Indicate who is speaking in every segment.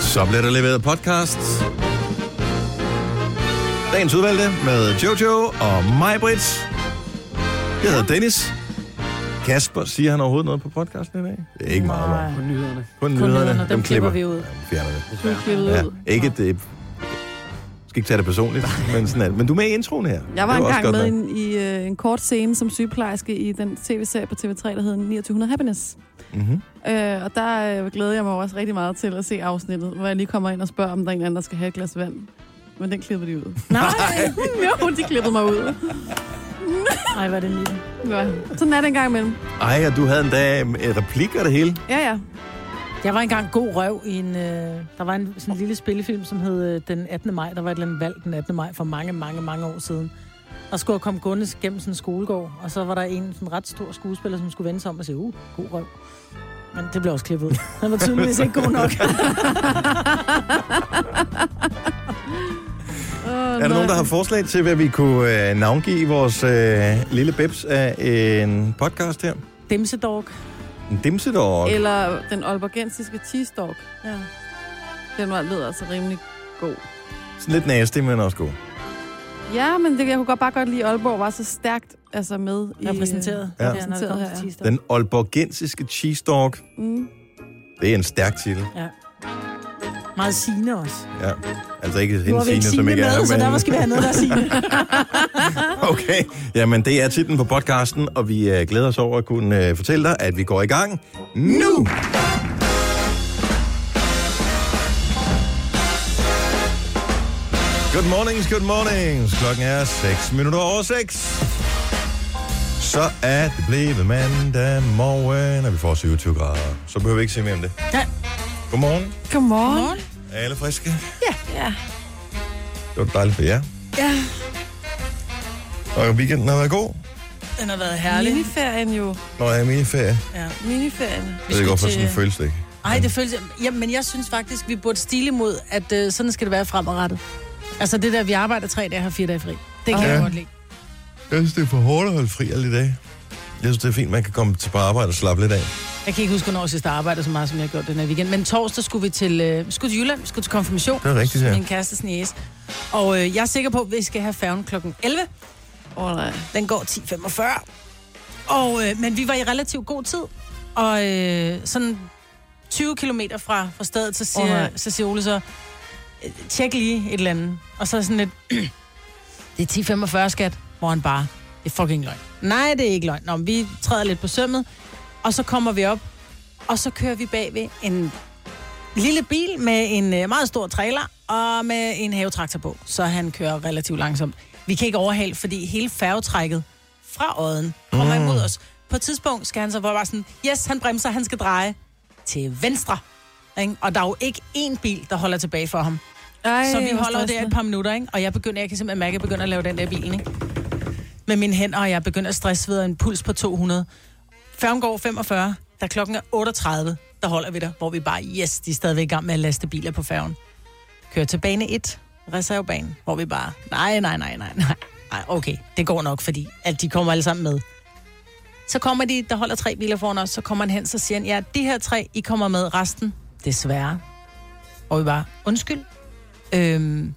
Speaker 1: Så bliver der leveret podcast. Dagens udvalgte med Jojo og mig, Britt. Jeg hedder Dennis. Kasper, siger han overhovedet noget på podcasten i dag? Det er ikke meget,
Speaker 2: Nej.
Speaker 1: meget.
Speaker 3: På nyhederne.
Speaker 1: Kun,
Speaker 2: Kun
Speaker 1: nyhederne,
Speaker 2: nyhederne, dem klipper vi ud.
Speaker 1: Ja, vi fjerner det.
Speaker 2: Nu klipper vi
Speaker 1: Ja,
Speaker 2: ud.
Speaker 1: ikke det... Jeg skal ikke tage det personligt, men sådan alt. Men du er med i introen her.
Speaker 4: Jeg var
Speaker 1: Det også
Speaker 4: engang
Speaker 1: godt
Speaker 4: med i,
Speaker 1: nok.
Speaker 4: en, i øh, en kort scene som sygeplejerske i den tv-serie på TV3, der hed 2900 Happiness.
Speaker 1: Mhm.
Speaker 4: Øh, og der øh, glæder jeg mig også rigtig meget til at se afsnittet, hvor jeg lige kommer ind og spørger, om der er en eller anden, der skal have et glas vand. Men den klippede de ud.
Speaker 2: Nej,
Speaker 4: jo, de klippede mig ud.
Speaker 2: Nej var det lige.
Speaker 4: Ja. Sådan er det en gang imellem.
Speaker 1: Ej, og du havde endda øh, replik og det hele.
Speaker 4: Ja, ja.
Speaker 2: Jeg var engang god røv i en... Øh, der var en sådan en lille spillefilm, som hed øh, Den 18. maj. Der var et eller andet valg den 18. maj for mange, mange, mange år siden. Og skulle jeg komme gående gennem sådan en skolegård, og så var der en sådan ret stor skuespiller, som skulle vende sig om og sige, uh, god røv. Men det blev også klippet ud. Han var tydeligvis ikke god nok.
Speaker 4: Oh,
Speaker 1: Er der nogen, der har forslag til, hvad vi kunne øh, navngive vores øh, lille bebs af en podcast her?
Speaker 2: Dimsedog.
Speaker 1: En dimsedog.
Speaker 4: Eller den olbergensiske cheese dog.
Speaker 2: Ja.
Speaker 4: Den var, lød altså rimelig god.
Speaker 1: Sådan lidt nasty, men også god.
Speaker 4: Ja, men det, jeg kunne godt bare godt lide, at Aalborg var så stærkt altså med i...
Speaker 2: Repræsenteret.
Speaker 1: øh, Ja.
Speaker 2: når det kom til tirsdag.
Speaker 1: Den olborgensiske cheese dog.
Speaker 4: Mm.
Speaker 1: Det er en stærk titel.
Speaker 2: Meget sigende også.
Speaker 1: Ja. Altså ikke
Speaker 2: Nu har
Speaker 1: hendes
Speaker 2: vi
Speaker 1: Signe,
Speaker 2: ikke
Speaker 1: som
Speaker 2: sigende
Speaker 1: ikke er her,
Speaker 2: med, så
Speaker 1: men-
Speaker 2: derfor skal vi have noget, der er sigende.
Speaker 1: Okay, jamen det er titlen på podcasten, og vi øh, glæder os over at kunne øh, fortælle dig, at vi går i gang nu. Good mornings, good mornings. Klokken er 6 minutter over 6. Så er det blevet mandag morgen, og vi får 27 grader. Så behøver vi ikke se mere om det.
Speaker 2: Ja.
Speaker 1: Godmorgen.
Speaker 4: Godmorgen.
Speaker 1: Er alle friske?
Speaker 4: Ja.
Speaker 1: Det var dejligt for jer.
Speaker 4: Ja.
Speaker 1: Og weekenden har været god.
Speaker 2: Den har været herlig.
Speaker 4: Miniferien jo.
Speaker 1: Når jeg er i ferie.
Speaker 2: Ja.
Speaker 4: Miniferien.
Speaker 1: Jeg ved ikke, hvorfor sådan føles det ikke.
Speaker 2: Ej, det føles... Jamen, men jeg synes faktisk, vi burde stile mod, at øh, sådan skal det være fremadrettet. Altså det der, vi arbejder tre dage, har fire dage fri. Det kan
Speaker 1: Ja.
Speaker 2: ja. jeg godt lide.
Speaker 1: Jeg synes, det er for hårdt at holde fri alle i dag. Jeg synes, det er fint, man kan komme til på arbejde og slappe lidt af.
Speaker 2: Jeg kan ikke huske, hvornår jeg sidst arbejdede så meget, som jeg har gjort den her weekend. Men torsdag skulle vi til, øh, vi skulle til Jylland, vi skulle til konfirmation.
Speaker 1: Det er rigtigt, ja.
Speaker 2: Min kærestes næse. Og øh, jeg er sikker på, at vi skal have færgen kl. 11.
Speaker 4: Åh, oh, nej.
Speaker 2: Den går 10.45. Og, øh, men vi var i relativt god tid. Og øh, sådan 20 km fra, fra stedet, så
Speaker 4: Åh,
Speaker 2: siger,
Speaker 4: nej.
Speaker 2: oh, så siger Ole så, "Øh, tjek lige et eller andet. Og så sådan lidt, "Øh, det er 10.45 skat, hvor han bare, det er fucking løgn. Nej, det er ikke løgn. Nå, men vi træder lidt på sømmet, og så kommer vi op, og så kører vi bagved en lille bil med en øh, meget stor trailer og med en havetraktor på, så han kører relativt langsomt. Vi kan ikke overhale, fordi hele færgetrækket fra åden kommer imod os. På et tidspunkt skal han så bare sådan, yes, han bremser, han skal dreje til venstre. Ikke? Og der er jo ikke én bil, der holder tilbage for ham.
Speaker 4: Ej,
Speaker 2: Så vi
Speaker 4: hvor
Speaker 2: holder jo der et
Speaker 4: stressende.
Speaker 2: par minutter, ikke? og jeg, begynder, jeg kan simpelthen mærke, at jeg begynder at lave den der bil. Ikke? Med mine hænder, og jeg begynder at stresse ved en puls på 200. Færgen går 45, da klokken er 38, der holder vi der, hvor vi bare, yes, de er stadigvæk i gang med at laste biler på færgen. Kører til bane 1, reservebanen, hvor vi bare, nej, nej, nej, nej, nej. Ej, okay, det går nok, fordi at de kommer alle sammen med. Så kommer de, der holder tre biler foran os, så kommer han hen, så siger han, ja, de her tre, I kommer med resten, desværre. Og vi bare, undskyld. Øhm,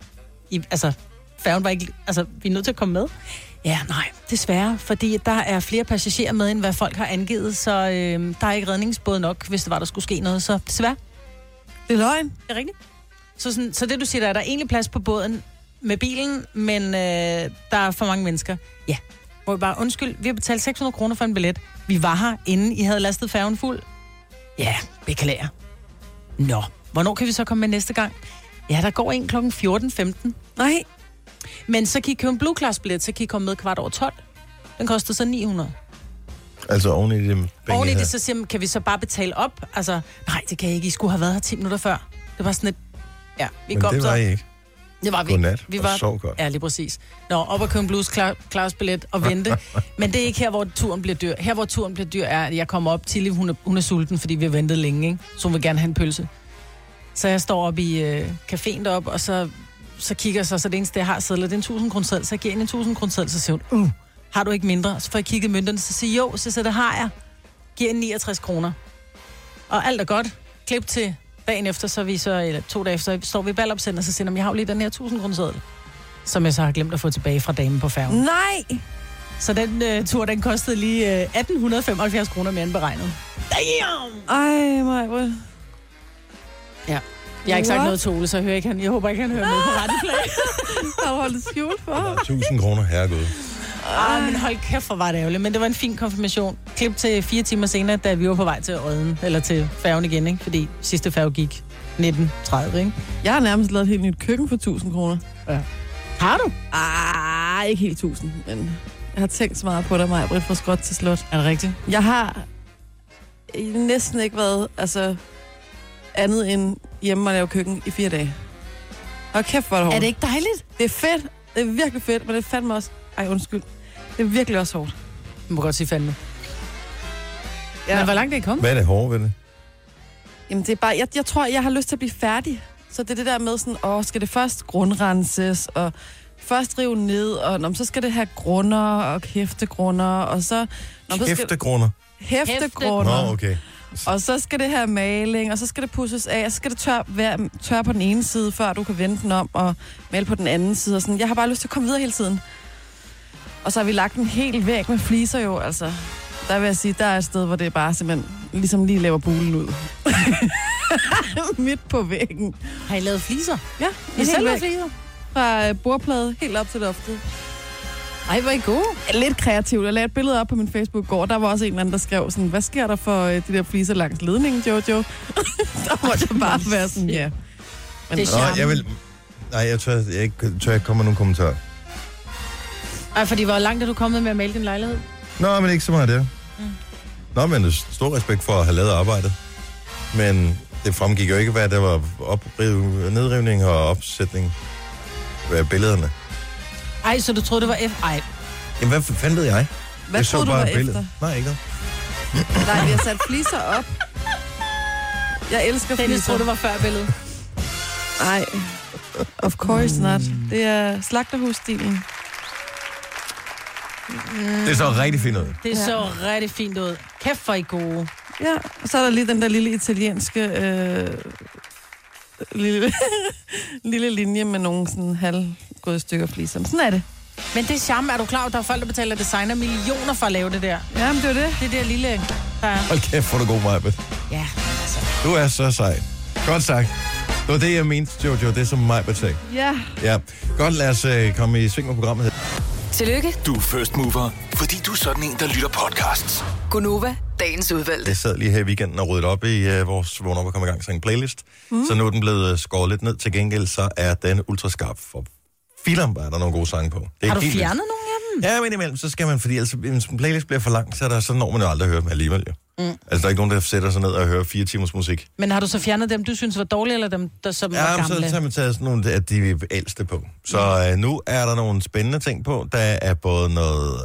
Speaker 2: I, altså, færgen var ikke, altså, vi er nødt til at komme med. Ja, nej, desværre, fordi der er flere passagerer med, end hvad folk har angivet, så øhm, der er ikke redningsbåd nok, hvis det var, der skulle ske noget, så desværre.
Speaker 4: Det er løgn.
Speaker 2: Det er rigtigt. Så, sådan, så det, du siger, der er der er egentlig plads på båden med bilen, men øh, der er for mange mennesker. Ja. Hvor vi bare, undskyld, vi har betalt 600 kroner for en billet. Vi var her, inden I havde lastet færgen fuld. Ja, beklager. Nå, hvornår kan vi så komme med næste gang? Ja, der går en kl. 14.15.
Speaker 4: Nej.
Speaker 2: Men så kan I købe en Blue Class billet, så kan I komme med kvart over 12. Den koster så 900.
Speaker 1: Altså oven i det penge
Speaker 2: Oven i
Speaker 1: her.
Speaker 2: det, så siger man, kan vi så bare betale op? Altså, nej, det kan I ikke. I skulle have været her 10 minutter før. Det var sådan et... Ja, vi
Speaker 1: Men
Speaker 2: kom
Speaker 1: det
Speaker 2: så.
Speaker 1: var I ikke.
Speaker 2: Det var vi.
Speaker 1: Godnat
Speaker 2: vi
Speaker 1: og
Speaker 2: var,
Speaker 1: sov godt.
Speaker 2: Ja, lige præcis. Nå, op og købe en blues class billet og vente. Men det er ikke her, hvor turen bliver dyr. Her, hvor turen bliver dyr, er, at jeg kommer op til, hun er, hun er sulten, fordi vi har ventet længe, ikke? Så hun vil gerne have en pølse. Så jeg står op i øh, caféen deroppe, og så, så kigger jeg så, så det eneste, jeg har sædler, det er en 1000 kroner seddel. Så jeg giver hende en 1000 kroner seddel, så siger hun, uh, har du ikke mindre? Så får jeg kigget i mønterne, så siger jeg, jo, så, så det har jeg. Giver hende 69 kroner. Og alt er godt. Klip til Dagen efter, så er vi så, eller to dage efter, så står vi i ballopcenter, og så siger de, jeg har jo lige den her 1000 kroner seddel, som jeg så har glemt at få tilbage fra damen på færgen.
Speaker 4: Mm.
Speaker 3: Nej!
Speaker 2: Så den øh, tur, den kostede lige øh, 1875 kroner mere end beregnet. Damn!
Speaker 3: Ej, mig, hvor...
Speaker 2: Jeg har ikke sagt
Speaker 3: What?
Speaker 2: noget til Ole, så jeg, hører ikke, han, jeg håber ikke, han hører med på rette plan.
Speaker 4: Har du holdt det skjult for ham?
Speaker 1: 1000 kroner, herregud.
Speaker 2: Ah, men hold kæft, hvor var det ærgerligt. Men det var en fin konfirmation. Klip til fire timer senere, da vi var på vej til Odden, eller til færgen igen, ikke? fordi sidste færge gik 19.30, ikke?
Speaker 4: Jeg har nærmest lavet et helt nyt køkken for 1000 kroner.
Speaker 2: Har du?
Speaker 4: Ah, ikke helt 1000, men jeg har tænkt så meget på dig, Maja, fra skråt til slot.
Speaker 2: Er det rigtigt?
Speaker 4: Jeg har næsten ikke været altså, andet end hjemme og lave køkken i fire dage. Og kæft, hvor er det hårdt.
Speaker 2: Er det ikke dejligt?
Speaker 4: det er fedt. Det er virkelig fedt, men det er fandme også... Ej, undskyld. Det er virkelig også hårdt.
Speaker 2: Man må godt sige fandme. Ja.
Speaker 4: Ja.
Speaker 2: Men hvor langt er I kommet?
Speaker 1: Hvad er det hårde ved det?
Speaker 4: Jamen, det er bare, jeg, jeg tror, jeg har lyst til at blive færdig. Så det er det der med sådan, åh, skal det først grundrenses, og først rive ned, og nå, men så skal det have grunder og hæftegrunder, og så... Nå, men så skal,
Speaker 1: Hæftegrunder. Nå,
Speaker 4: hæftegrunder.
Speaker 1: okay.
Speaker 4: Og så skal det have maling, og så skal det pusses af, og så skal det tør, være, tør på den ene side, før du kan vende den om og male på den anden side. Og sådan. Jeg har bare lyst til at komme videre hele tiden. Og så har vi lagt en hel væg med fliser jo, altså. Der vil jeg sige, der er et sted, hvor det er bare simpelthen ligesom lige laver bulen ud. Midt på væggen.
Speaker 2: Har I lavet fliser?
Speaker 4: Ja,
Speaker 2: I
Speaker 4: en hel
Speaker 2: selv lavet
Speaker 4: væg
Speaker 2: fliser?
Speaker 4: fra øh, bordplade helt op til loftet.
Speaker 2: Ej, hvor er I gode.
Speaker 4: Lidt kreativt. Jeg lagde et billede op på min Facebook i går. Der var også en eller anden, der skrev sådan, hvad sker der for øh, de der fliser langs ledningen, Jojo? der måtte jeg bare være sådan, ja. Men,
Speaker 2: Det er
Speaker 1: Nå,
Speaker 2: Charme.
Speaker 1: jeg vil... Nej, jeg tør, jeg ikke, tør ikke komme med nogen kommentarer.
Speaker 2: Ej, fordi hvor langt er du kommet med at male din lejlighed?
Speaker 1: Nå, men ikke så meget af det.
Speaker 4: Mm.
Speaker 1: Nå, men stor respekt for at have lavet arbejdet. Men det fremgik jo ikke, hvad der var opriv, nedrivning og opsætning af billederne.
Speaker 2: Ej, så du troede, det var F? Ej,
Speaker 1: Jamen, hvad fanden ved jeg?
Speaker 4: hvad
Speaker 1: jeg så
Speaker 4: troede du
Speaker 1: bare
Speaker 4: var
Speaker 1: et billede.
Speaker 4: efter?
Speaker 1: Nej, ikke noget.
Speaker 4: Nej, vi har sat fliser op. Jeg elsker
Speaker 2: Dennis
Speaker 4: fliser.
Speaker 2: troede, det var før billedet.
Speaker 4: Nej, of course not. Det er slagterhusstilen.
Speaker 1: Det så rigtig fint ud.
Speaker 2: Det
Speaker 4: Ja.
Speaker 2: så rigtig fint ud. Kæft, hvor er I gode.
Speaker 4: Ja, og så er der lige den der lille italienske... Øh, lille, lille linje med nogle sådan halvgåede stykker fliser. Sådan er det.
Speaker 2: Men det er charme. Er du klar over, at der er folk, der betaler designer millioner for at lave det der?
Speaker 4: Jamen, det er det.
Speaker 2: Det der lille... Der... er-
Speaker 1: Hold kæft, hvor er du god, Maja.
Speaker 2: Ja, altså.
Speaker 1: Du er så sej. Godt sagt. Det var det, jeg mente, Jojo. Det er som mig sagde.
Speaker 4: Ja.
Speaker 1: Ja. Godt, lad os øh, komme i sving med programmet.
Speaker 3: Tillykke,
Speaker 5: Du er first mover, fordi du er sådan en, der lytter podcasts.
Speaker 3: Gunova, dagens udvalgte.
Speaker 1: Jeg sad lige her i weekenden og ryddede op i øh, vores vågn op og kom i gang til en playlist. Mm. Så nu er den blevet øh, skåret lidt ned. Til gengæld så er den ultraskarp. For film var der nogle gode sange på. Det er
Speaker 2: Har du
Speaker 1: helt vildt.
Speaker 2: fjernet nogle af dem?
Speaker 1: Ja, men imellem, så skal man, fordi ellers, hvis en playlist bliver for lang, så, er der, så når man jo aldrig at høre dem alligevel. Jo. Mm. Altså, der er ikke nogen, der sætter sig ned og hører fire timers musik.
Speaker 2: Men har du så fjernet dem, du synes var dårlige, eller dem, der som var
Speaker 1: Ja, men så,
Speaker 2: gamle?
Speaker 1: så har man taget sådan nogle af de ældste på. Så øh, nu er der nogle spændende ting på. Der er både noget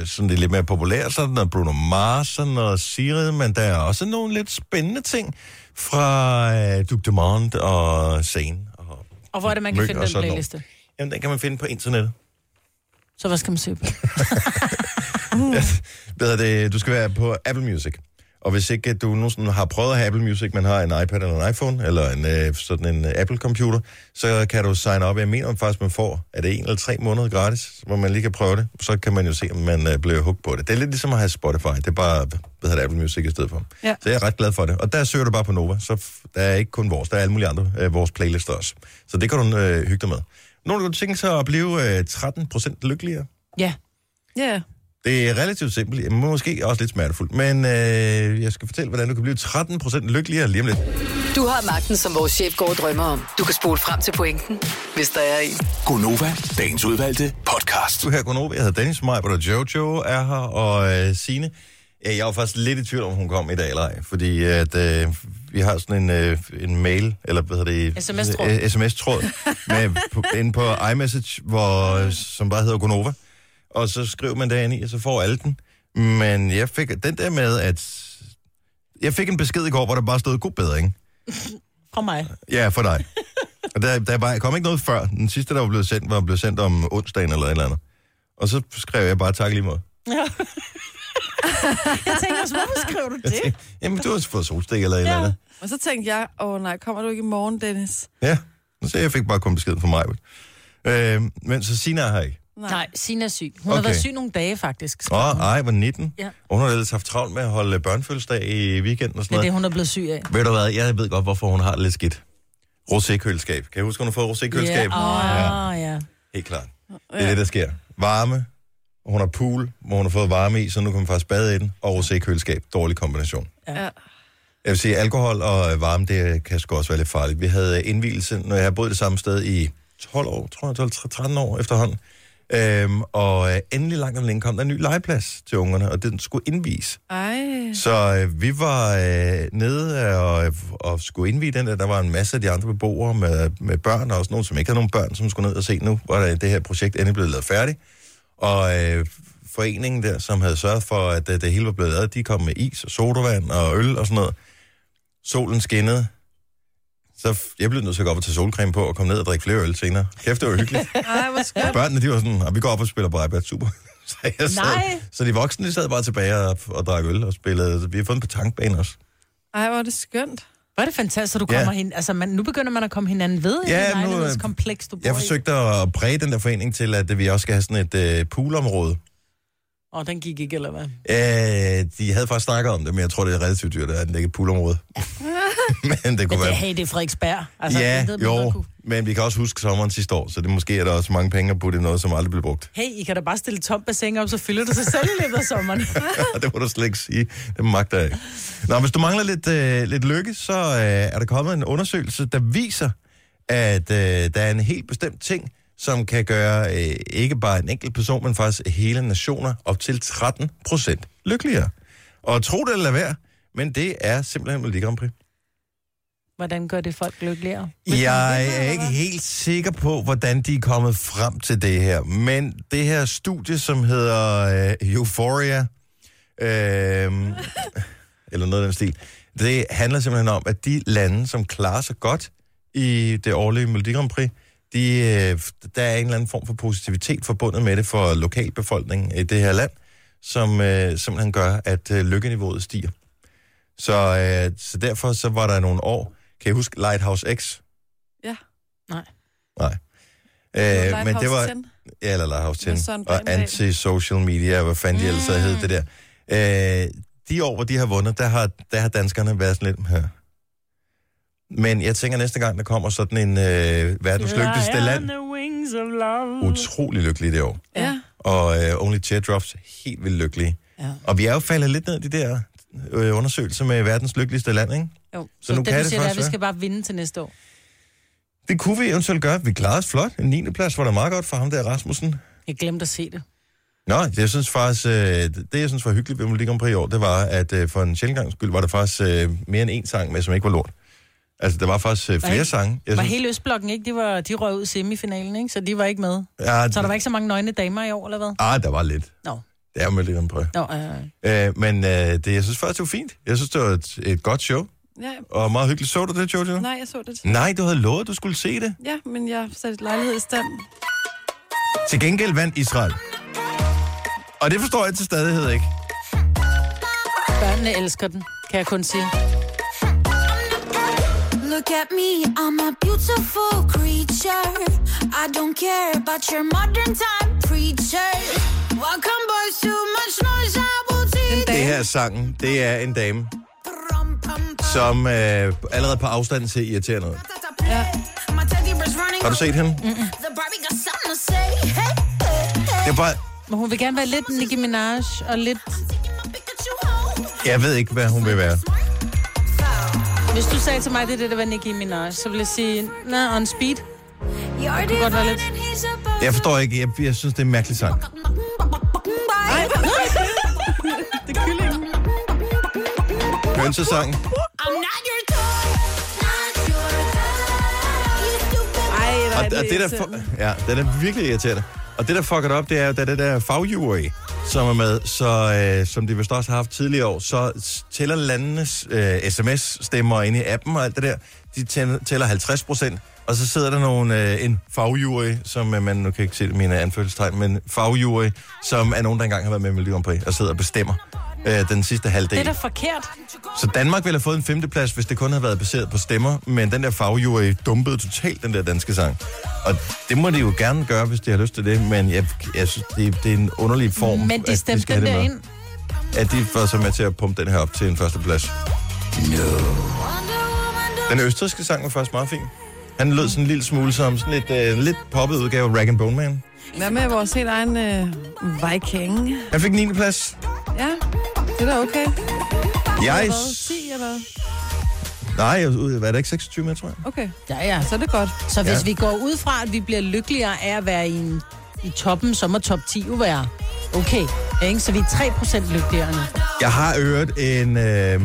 Speaker 1: øh, sådan lidt lidt mere populært, så er der noget Bruno Mars og noget Sigrid, men der er også nogle lidt spændende ting fra øh, Duke Dumont og Zane. Og,
Speaker 2: Og hvor er det, man kan
Speaker 1: Møg
Speaker 2: finde
Speaker 1: og
Speaker 2: den
Speaker 1: sådan noget.
Speaker 2: playliste?
Speaker 1: jamen, den kan man finde på internettet.
Speaker 2: Så hvad skal man se på?
Speaker 1: Hvad er det? Du skal være på Apple Music. Og hvis ikke du nogensinde har prøvet at have Apple Music, men har en iPad eller en iPhone, eller en, øh, sådan en øh, Apple-computer, så kan du signe op. Jeg mener faktisk, man får, er det en eller tre måneder gratis, hvor man lige kan prøve det. Så kan man jo se, om man øh, bliver hooked på det. Det er lidt ligesom at have Spotify. Det er bare, hvad hedder det, Apple Music i stedet for.
Speaker 4: Ja.
Speaker 1: Så jeg er ret glad for det. Og der søger du bare på Nova, så f- der er ikke kun vores, der er alle mulige andre, øh, vores playlister også. Så det kan du øh, hygge dig med. Nogle kunne tænke sig at blive øh, 13% lykkeligere.
Speaker 2: Ja.
Speaker 4: Ja.
Speaker 1: Det er relativt simpelt, men måske også lidt smertefuldt. Men øh, jeg skal fortælle, hvordan du kan blive 13% lykkeligere lige om lidt.
Speaker 3: Du har magten, som vores chef går og drømmer om. Du kan spole frem til pointen, hvis der er en.
Speaker 5: Gunova, dagens udvalgte podcast.
Speaker 1: Du her, Gunnova, jeg hedder Dennis Meiber, og Jojo er her, og øh, Signe. Ja, jeg var faktisk lidt i tvivl om, hun kom i dag eller ej, fordi at, øh, vi har sådan en, øh, en mail, eller hvad hedder det?
Speaker 2: SMS-tråd.
Speaker 1: Øh, SMS-tråd, med, på, inde på iMessage, hvor, som bare hedder Gunova. Og så skriver man derinde i, og så får alle den. Men jeg fik den der med, at... Jeg fik en besked i går, hvor der bare stod god bedring.
Speaker 2: Fra mig.
Speaker 1: Ja, for dig. Og der, der bare, kom ikke noget før. Den sidste, der var blevet sendt, var blevet sendt om onsdagen eller et eller andet. Og så skrev jeg bare tak lige måde.
Speaker 2: Jeg tænkte også, hvorfor skriver du det?
Speaker 1: Jamen, du har fået solstik eller et eller
Speaker 2: Ja.
Speaker 1: andet.
Speaker 4: Og så tænkte jeg, åh nej, kommer du ikke i morgen, Dennis?
Speaker 1: Ja, så jeg fik bare kun besked fra mig. Øh, men så Sina har ikke.
Speaker 2: Nej, Sina er syg. Hun okay. har
Speaker 1: Okay.
Speaker 2: været syg nogle dage, faktisk.
Speaker 1: Åh,
Speaker 2: skriver
Speaker 1: oh,
Speaker 2: hun.
Speaker 1: ej, var 19.
Speaker 2: Ja.
Speaker 1: Og hun har ellers haft travlt med at holde børnefødselsdag i weekenden og
Speaker 2: Det
Speaker 1: sådan
Speaker 2: er
Speaker 1: noget.
Speaker 2: det, hun er blevet syg af.
Speaker 1: Ved du hvad, jeg ved godt, hvorfor hun har det lidt skidt. Rosékøleskab. Kan jeg huske, hun har fået rosékøleskab?
Speaker 2: Ja, åh, ja.
Speaker 1: Helt klart. Det er det, der sker. Varme. Hun har pool, hvor hun har fået varme i, så nu kan man faktisk bade i den. Og rosékøleskab. Dårlig kombination.
Speaker 4: Ja.
Speaker 1: Jeg vil sige, alkohol og øh, varme, det kan sgu også være lidt farligt. Vi havde øh, indvielse, når jeg har boet det samme sted i 12 år, tror jeg, 12, 13 år efterhånden. Øhm, og øh, endelig langt om længe kom der en ny legeplads til ungerne, og den skulle indvies.
Speaker 4: Ej.
Speaker 1: Så øh, vi var øh, nede øh, og, og skulle indvige den der. Der var en masse af de andre beboere med, med børn, og også nogen, som ikke havde nogen børn, som skulle ned og se nu, hvor det, det her projekt endelig blev lavet færdigt. Og øh, foreningen der, som havde sørget for, at øh, det, det hele var blevet lavet, de kom med is og sodavand og øl og sådan noget. Solen skinnede. Så f- jeg blev nødt til at gå op og tage solcreme på og komme ned og drikke flere øl senere. Kæft, det var hyggeligt.
Speaker 4: Ej, hvor skønt.
Speaker 1: Børnene, de var sådan, og vi går op og spiller på iPad, super. Så, jeg sad,
Speaker 2: Nej.
Speaker 1: så de voksne, de sad bare tilbage og, og drak øl og spillede. Vi har fået en petankbane også.
Speaker 4: Ej, hvor er det skønt.
Speaker 2: Hvor er det fantastisk, at du
Speaker 1: Ja.
Speaker 2: kommer hin- Altså, man, nu begynder man at komme hinanden ved
Speaker 1: Ja, nu, øh,
Speaker 2: i det kompleks, du bor
Speaker 1: Jeg
Speaker 2: i.
Speaker 1: forsøgte at præge den der forening til, at vi også skal have sådan et øh, poolområde.
Speaker 2: Åh, den gik ikke, eller hvad?
Speaker 1: Øh, de havde faktisk snakket om det, men jeg tror, det er relativt dyrt at anlægge et poolområde. men det
Speaker 2: Men
Speaker 1: kunne
Speaker 2: det,
Speaker 1: være...
Speaker 2: hey, det er Frederiksberg. Altså,
Speaker 1: Ja,
Speaker 2: intet mindre
Speaker 1: jo,
Speaker 2: kunne-
Speaker 1: men vi kan også huske sommeren sidste år, så det måske er der også mange penge at putte i noget, som aldrig blev brugt.
Speaker 2: Hey, I kan da bare stille et tomt bassin op, så fylder det sig selv i løbet af sommeren.
Speaker 1: Og det må du slet ikke sige. Det magter jeg ikke. Nå, hvis du mangler lidt, øh, lidt lykke, så øh, er der kommet en undersøgelse, der viser, at øh, der er en helt bestemt ting, som kan gøre øh, ikke bare en enkelt person, men faktisk hele nationer op til 13 procent lykkeligere. Og tro det eller lad være, men det er simpelthen Melodi Grand Prix.
Speaker 2: Hvordan gør det folk lykkeligere?
Speaker 1: Jeg er ikke helt sikker på, hvordan de er kommet frem til det her, men det her studie, som hedder øh, Euphoria, øh, eller noget af den stil, det handler simpelthen om, at de lande, som klarer sig godt i det årlige Melodi Grand Prix, de, øh, der er en eller anden form for positivitet forbundet med det for lokalbefolkningen i det her land, som øh, simpelthen gør, at øh, lykkeniveauet stiger. Så, øh, så derfor så var der nogle år, kan I huske Lighthouse X?
Speaker 4: Ja.
Speaker 2: Nej.
Speaker 1: Nej. Øh, men det var, ja, eller Lighthouse
Speaker 4: Med
Speaker 1: 10,
Speaker 4: Søren
Speaker 1: og
Speaker 4: Bregendahl.
Speaker 1: anti-social media, hvad fanden de ellers havde hed det der. Øh, de år, hvor de har vundet, der har, der har danskerne været sådan lidt her. Men jeg tænker, næste gang, der kommer sådan en øh, verdens lykkeligste land,
Speaker 2: wings of love.
Speaker 1: utrolig lykkelig det år.
Speaker 4: Ja.
Speaker 1: Og øh, Only Teardrops, helt vildt lykkelige.
Speaker 2: Ja.
Speaker 1: Og vi er jo faldet lidt ned i de der øh, undersøgelser med verdens lykkeligste land, ikke?
Speaker 2: Jo.
Speaker 1: Så nu
Speaker 2: det,
Speaker 1: kan
Speaker 2: du
Speaker 1: det
Speaker 2: siger, er,
Speaker 1: faktisk
Speaker 2: at vi
Speaker 1: være.
Speaker 2: skal bare vinde til næste år.
Speaker 1: Det kunne vi eventuelt gøre. Vi klarede os flot. En 9. plads var da meget godt for ham der, Rasmussen.
Speaker 2: Jeg glemte at se det.
Speaker 1: Nå, det, jeg synes faktisk, øh, det jeg synes var hyggeligt ved Melodi Grand Prix i år, det var, at øh, for en sjældent gang skyld, var der faktisk øh, mere end en sang med, som ikke var lort. Altså, der var faktisk øh, flere
Speaker 2: helt-
Speaker 1: sange. Jeg
Speaker 2: Var hele Østblokken, ikke? De, var, de røg ud i semifinalen, ikke? Så de var ikke med.
Speaker 1: ja,
Speaker 2: Så der var ikke så mange nøgne damer i år, eller hvad?
Speaker 1: Ah, der var lidt.
Speaker 2: Nå.
Speaker 1: Det er jo Melodi Grand Prix.
Speaker 2: Nå, øh,
Speaker 1: Øh, men øh, det, jeg synes faktisk, det var fint. Jeg synes, det var et, et godt show,
Speaker 4: ja.
Speaker 1: og meget hyggeligt. Så du det, Jojo?
Speaker 4: Nej, jeg så det.
Speaker 1: Nej, du havde lovet, at du skulle se det.
Speaker 4: Ja, men jeg satte et lejlighed i stand.
Speaker 1: Til gengæld vandt Israel. Og det forstår jeg til stadighed ikke.
Speaker 2: børnene elsker den, kan jeg kun sige.
Speaker 6: Look at me, I'm a beautiful creature. I don't care about your modern time preacher. Welcome, boys, too much noise. I will teach.
Speaker 1: Det her er sangen, det er en dame,
Speaker 6: Rum, pum, pum.
Speaker 1: som øh, allerede på afstand ser irriterende ud.
Speaker 6: Ja. My teddy bear's running
Speaker 1: Har du set hende?
Speaker 6: away. The Barbie got something to say. Hey, hey,
Speaker 1: Det
Speaker 6: hey.
Speaker 1: er bare,
Speaker 2: Men hun vil gerne være lidt Nicki Minaj og lidt...
Speaker 6: I'm taking my Pikachu home.
Speaker 1: jeg ved ikke, hvad hun vil være.
Speaker 2: Hvis du sagde til mig, det er det, der var Nicki Minaj, så ville jeg sige, nej, on speed.
Speaker 6: You're
Speaker 2: godt være
Speaker 6: divine
Speaker 2: lidt-
Speaker 6: and he's above.
Speaker 1: Jeg forstår ikke, jeg, jeg synes, det er en mærkelig sang.
Speaker 4: Det er kyllingen.
Speaker 1: Hønsesang.
Speaker 6: I'm not your toy. Not your toy. You stupid.
Speaker 4: Ej,
Speaker 1: Og,
Speaker 4: nej,
Speaker 1: og det, der, fu- ja, den er virkelig irriterende. Og det, der fucker det op, det er, at der er det der fagjury, som er med, så, øh, som de vist også har haft tidligere år, så s- tæller landenes øh, sms-stemmer ind i appen og alt det der. De tæ- tæller 50 procent, og så sidder der nogle, øh, en fagjury, som øh, man nu kan jeg ikke se det i mine anførselstegn, men fagjury, som er nogen, der engang har været med i Melodi Grand Prix, og sidder og bestemmer. øh, den sidste halvdel.
Speaker 2: Det er da forkert.
Speaker 1: Så Danmark ville have fået en femteplads, hvis det kun havde været baseret på stemmer, men den der fagjury dumpede totalt den der danske sang. Og det må de jo gerne gøre, hvis de har lyst til det, men jeg, jeg synes, det, det er en underlig form,
Speaker 2: Men de
Speaker 1: at de
Speaker 2: stemte
Speaker 1: skal
Speaker 2: den
Speaker 1: have
Speaker 2: der
Speaker 1: det
Speaker 2: ind.
Speaker 1: med. At de var så med til at pumpe den her op til en førsteplads. Den østrigske sang var faktisk meget fin. Han lød sådan en lille smule som sådan lidt, øh, lidt poppet udgave af Rag Bone Man.
Speaker 4: Hvad med vores helt egen øh, viking?
Speaker 1: Han fik 9. plads.
Speaker 4: Ja, det er da okay.
Speaker 1: Jeg...
Speaker 4: Hvad? 10 eller hvad?
Speaker 1: Nej, jeg, hvad er det ikke 26 med, tror jeg?
Speaker 4: Okay,
Speaker 2: Ja, ja.
Speaker 4: så er det godt.
Speaker 2: Så hvis
Speaker 1: Ja.
Speaker 2: ja. vi går ud fra, at vi bliver lykkeligere af at være i, en, i toppen, så må top 10 jo være okay. Ikke? Så vi er 3% lykkeligere nu.
Speaker 1: Jeg har øvet en... Øh,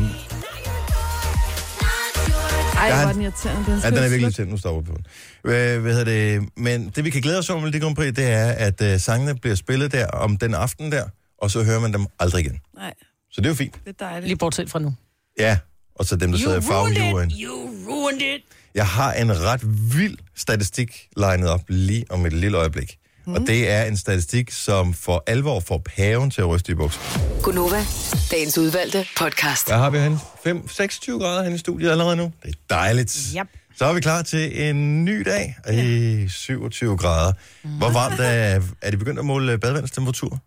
Speaker 4: Ej,
Speaker 1: Der er
Speaker 4: hvor er
Speaker 1: en-
Speaker 4: den irriterende. Den,
Speaker 1: Ja,
Speaker 4: skal
Speaker 1: den er
Speaker 4: jo
Speaker 1: virkelig
Speaker 4: slut.
Speaker 1: tændt. Nu stopper vi på den. Hvad, hvad hedder det? Men det, vi kan glæde os over med det Grand Prix, det er, at øh, sangene bliver spillet der om den aften der, og så hører man dem aldrig igen.
Speaker 4: Nej,
Speaker 1: Så det er jo fint.
Speaker 4: det er dejligt.
Speaker 2: Lige bortset fra nu.
Speaker 1: Ja, og så dem, der sidder i fagjuryen.
Speaker 2: You ruined it.
Speaker 1: Jeg har en ret vild statistik legnet op lige om et lille øjeblik. Mm. Og
Speaker 2: Hmm?
Speaker 1: det er en statistik, som for alvor får paven til at ryste i bukser.
Speaker 3: Gunova, dagens udvalgte podcast.
Speaker 1: Hvad har vi herinde? 5, 26 grader herinde i studiet allerede nu. Det er dejligt.
Speaker 2: Yep.
Speaker 1: Så er vi klar til en ny dag i 27 grader. Hvor varmt er, er de begyndt at måle badevandstemperatur?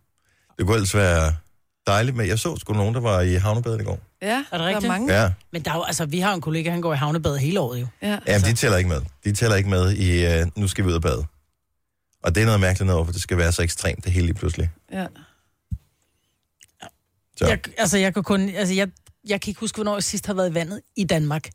Speaker 1: Det kunne ellers være dejligt, men jeg så sgu nogen, der var i havnebadet i går.
Speaker 4: Ja,
Speaker 2: Er det
Speaker 4: der er
Speaker 2: rigtigt?
Speaker 4: mange.
Speaker 1: Ja,
Speaker 2: Men der er jo, altså, vi har jo en kollega, han går i havnebad hele året jo.
Speaker 4: Ja.
Speaker 1: ja men de tæller ikke med. De tæller ikke med i, øh, nu skal vi ud og bade. Og det er noget mærkeligt noget, for det skal være så ekstremt, det hele lige pludselig.
Speaker 4: ja.
Speaker 1: Ja.
Speaker 2: Jeg, altså, jeg, kan kun, altså jeg, jeg kan ikke huske, hvornår jeg sidst har været i vandet i Danmark.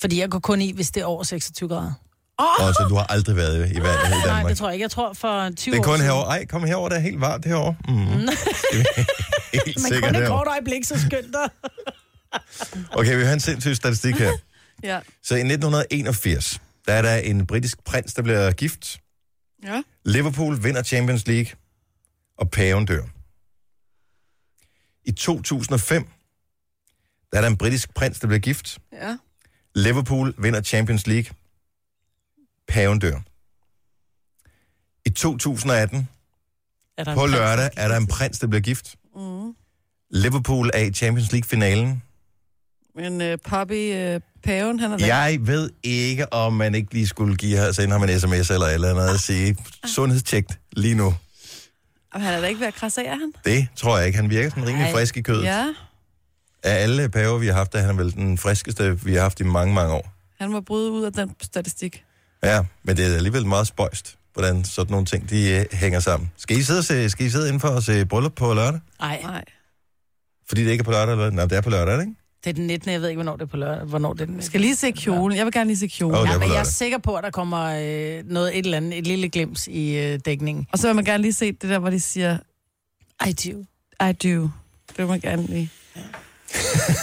Speaker 2: Fordi jeg går kun i, hvis det er over 26 grader.
Speaker 1: Og så du har aldrig været i vandet i
Speaker 2: Nej,
Speaker 1: Danmark.
Speaker 2: det tror jeg ikke. Jeg tror for 20
Speaker 1: Det er
Speaker 2: år
Speaker 1: kun
Speaker 2: siden.
Speaker 1: herovre. Ej, kom herover, der er helt varmt herovre. Mm. helt
Speaker 2: Men
Speaker 1: sikkert
Speaker 2: kun et
Speaker 1: herovre.
Speaker 2: kort øjeblik, så skynd dig.
Speaker 1: Okay, vi har en sindssyg statistik her.
Speaker 4: Ja.
Speaker 1: Så i 1981, der er der en britisk prins, der bliver gift.
Speaker 4: Ja.
Speaker 1: Liverpool vinder Champions League, og paven dør. I 2005, der er der en britisk prins, der bliver gift.
Speaker 4: Ja.
Speaker 1: Liverpool vinder Champions League. Paven dør. I 2018,
Speaker 2: Er der en
Speaker 1: på
Speaker 2: prins?
Speaker 1: lørdag, er der en prins, der bliver gift.
Speaker 4: Mm.
Speaker 1: Liverpool er i Champions League-finalen.
Speaker 4: Men øh, Poppy øh, Paven, han er væk.
Speaker 1: Jeg ved ikke, om man ikke lige skulle give her, sende ham en sms eller et eller andet og sige, sundhedstjek lige nu.
Speaker 4: Og han er da ikke ved at krasse af, er han?
Speaker 1: Det tror jeg ikke. Han virker sådan rimelig
Speaker 2: Nej.
Speaker 1: frisk i kødet. Ja.
Speaker 4: Ja.
Speaker 1: Af alle paver, vi har haft, er han vel den friskeste, vi har haft i mange, mange år.
Speaker 4: Han må bryde ud af den statistik.
Speaker 1: Ja, men det er alligevel meget spøjst, hvordan sådan nogle ting, de øh, hænger sammen. Skal I sidde, og se, skal I sidde indenfor og se bryllup på lørdag?
Speaker 2: Nej,
Speaker 4: Nej.
Speaker 1: Fordi det ikke er på lørdag, eller hvad? Nej, det er på lørdag, er det ikke?
Speaker 2: det er den 19. Jeg ved ikke, hvornår det er på lørdag. Hvornår det er den
Speaker 4: Jeg skal lige se kjolen. Jeg vil gerne lige se kjolen.
Speaker 1: Åh,
Speaker 4: Oh.
Speaker 1: det
Speaker 2: Ja,
Speaker 1: er på
Speaker 2: men jeg er
Speaker 1: lørdag.
Speaker 2: sikker på, at der kommer øh, noget, et eller andet, et lille glimt i øh, dækningen.
Speaker 4: Og så vil man gerne lige se det der, hvor de siger,
Speaker 2: I do.
Speaker 4: I do. Det vil man gerne lige.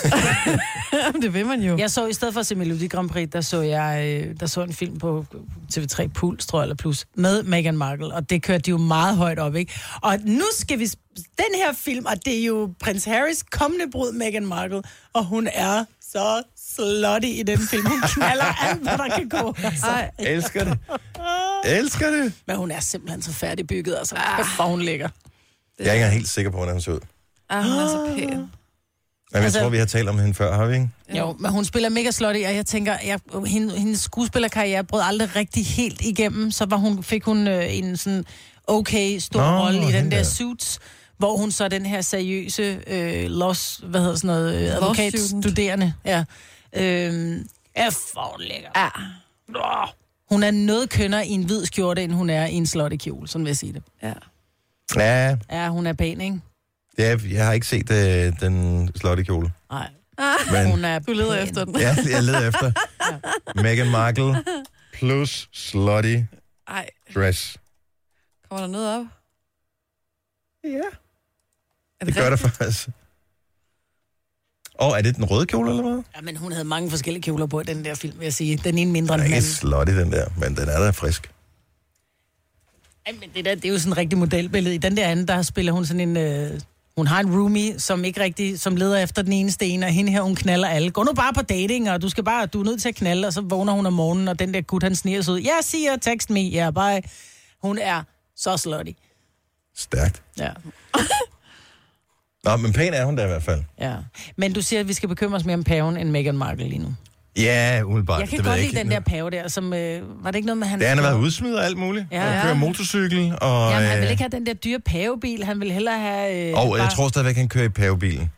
Speaker 4: det vil man jo.
Speaker 2: Jeg så i stedet for at se Melodi Grand Prix, der så jeg øh, der så en film på TV3 Puls, tror jeg, eller Plus, med Meghan Markle, og det kørte de jo meget højt op, ikke? Og nu skal vi... sp- Den her film, og det er jo prins Harrys kommende brud, Meghan Markle, og hun er så slutty i den film. Hun knaller alt, hvad der kan gå. Altså.
Speaker 4: Ej,
Speaker 1: Elsker det. Elsker det.
Speaker 2: Men hun er simpelthen så færdigbygget, altså. Kæft, hvor hun ligger.
Speaker 1: Jeg er ikke engang helt sikker på, hvordan han ser ud.
Speaker 4: ah, hun er så pæn.
Speaker 1: Men jeg
Speaker 2: Altså-
Speaker 1: tror, vi har talt om hende før, har vi ikke?
Speaker 2: Jo, men hun spiller mega slot i, og jeg tænker, jeg, hende, hendes skuespillerkarriere brød aldrig rigtig helt igennem. Så var hun, fik hun øh, en sådan okay stor
Speaker 1: Nå,
Speaker 2: rolle i den
Speaker 1: hende
Speaker 2: der
Speaker 1: der.
Speaker 2: Suits, hvor hun så er den her seriøse øh, loss, hvad hedder sådan noget, øh,
Speaker 4: student.
Speaker 2: advokatstuderende. Ja. Øhm, er for lækker.
Speaker 4: Ja.
Speaker 2: Nå. Hun er noget kønner i en hvid skjorte, end hun er i en slot kjole, sådan vil jeg sige det.
Speaker 4: ja.
Speaker 1: Ja,
Speaker 2: Ja, hun er pæn, ikke?
Speaker 1: det er, jeg har ikke set øh, den slotte kjole.
Speaker 2: Nej.
Speaker 1: Men-
Speaker 2: Hun er
Speaker 4: Du leder
Speaker 2: pæn.
Speaker 4: efter den.
Speaker 1: Ja, jeg leder efter. Meghan Markle plus slutty
Speaker 4: Ej,
Speaker 1: dress.
Speaker 4: kommer der noget op?
Speaker 1: Ja.
Speaker 4: Er
Speaker 1: Det gør der
Speaker 4: rigtigt?
Speaker 1: faktisk. Og er det den røde kjole, eller hvad?
Speaker 2: Ja, men hun havde mange forskellige kjoler på i den der film, vil jeg sige. Den ene mindre
Speaker 1: Den
Speaker 2: end den
Speaker 1: er ikke
Speaker 2: anden.
Speaker 1: slutty, den der, men den er da frisk.
Speaker 2: Ej, men det, der, det er jo sådan en rigtig modelbillede. I den der anden, der spiller hun sådan en... Øh, hun har en roomie, som ikke rigtig, som leder efter den ene sten, og hende her, hun knaller alle. Gå nu bare på dating, og du skal bare, du er nødt til at knalde, og så vågner hun om morgenen, og den der gut, han sniger sig ud. Jeg siger, text me, ja, yeah, bye. Hun er så slutty.
Speaker 1: Stærkt.
Speaker 2: Ja.
Speaker 1: Nå, men pæn er hun da i hvert fald.
Speaker 2: Ja. Men du siger, at vi skal bekymre os mere om paven end Meghan Markle lige nu.
Speaker 1: Ja, umiddelbart.
Speaker 2: Jeg kan
Speaker 1: det ved
Speaker 2: godt
Speaker 1: jeg
Speaker 2: lide
Speaker 1: ikke.
Speaker 2: den der pave der, som... Øh, var det ikke noget med, han...
Speaker 1: Ja, han har været udsmidt og alt muligt.
Speaker 2: Ja,
Speaker 1: Ja, ja.
Speaker 2: ja.
Speaker 1: Og kører motorcykel, og...
Speaker 2: Jamen, han
Speaker 1: øh,
Speaker 2: ville ikke have den der dyre pavebil, han ville hellere have... Øh,
Speaker 1: Og jeg
Speaker 2: bare-
Speaker 1: tror stadigvæk, han kører i pavebilen.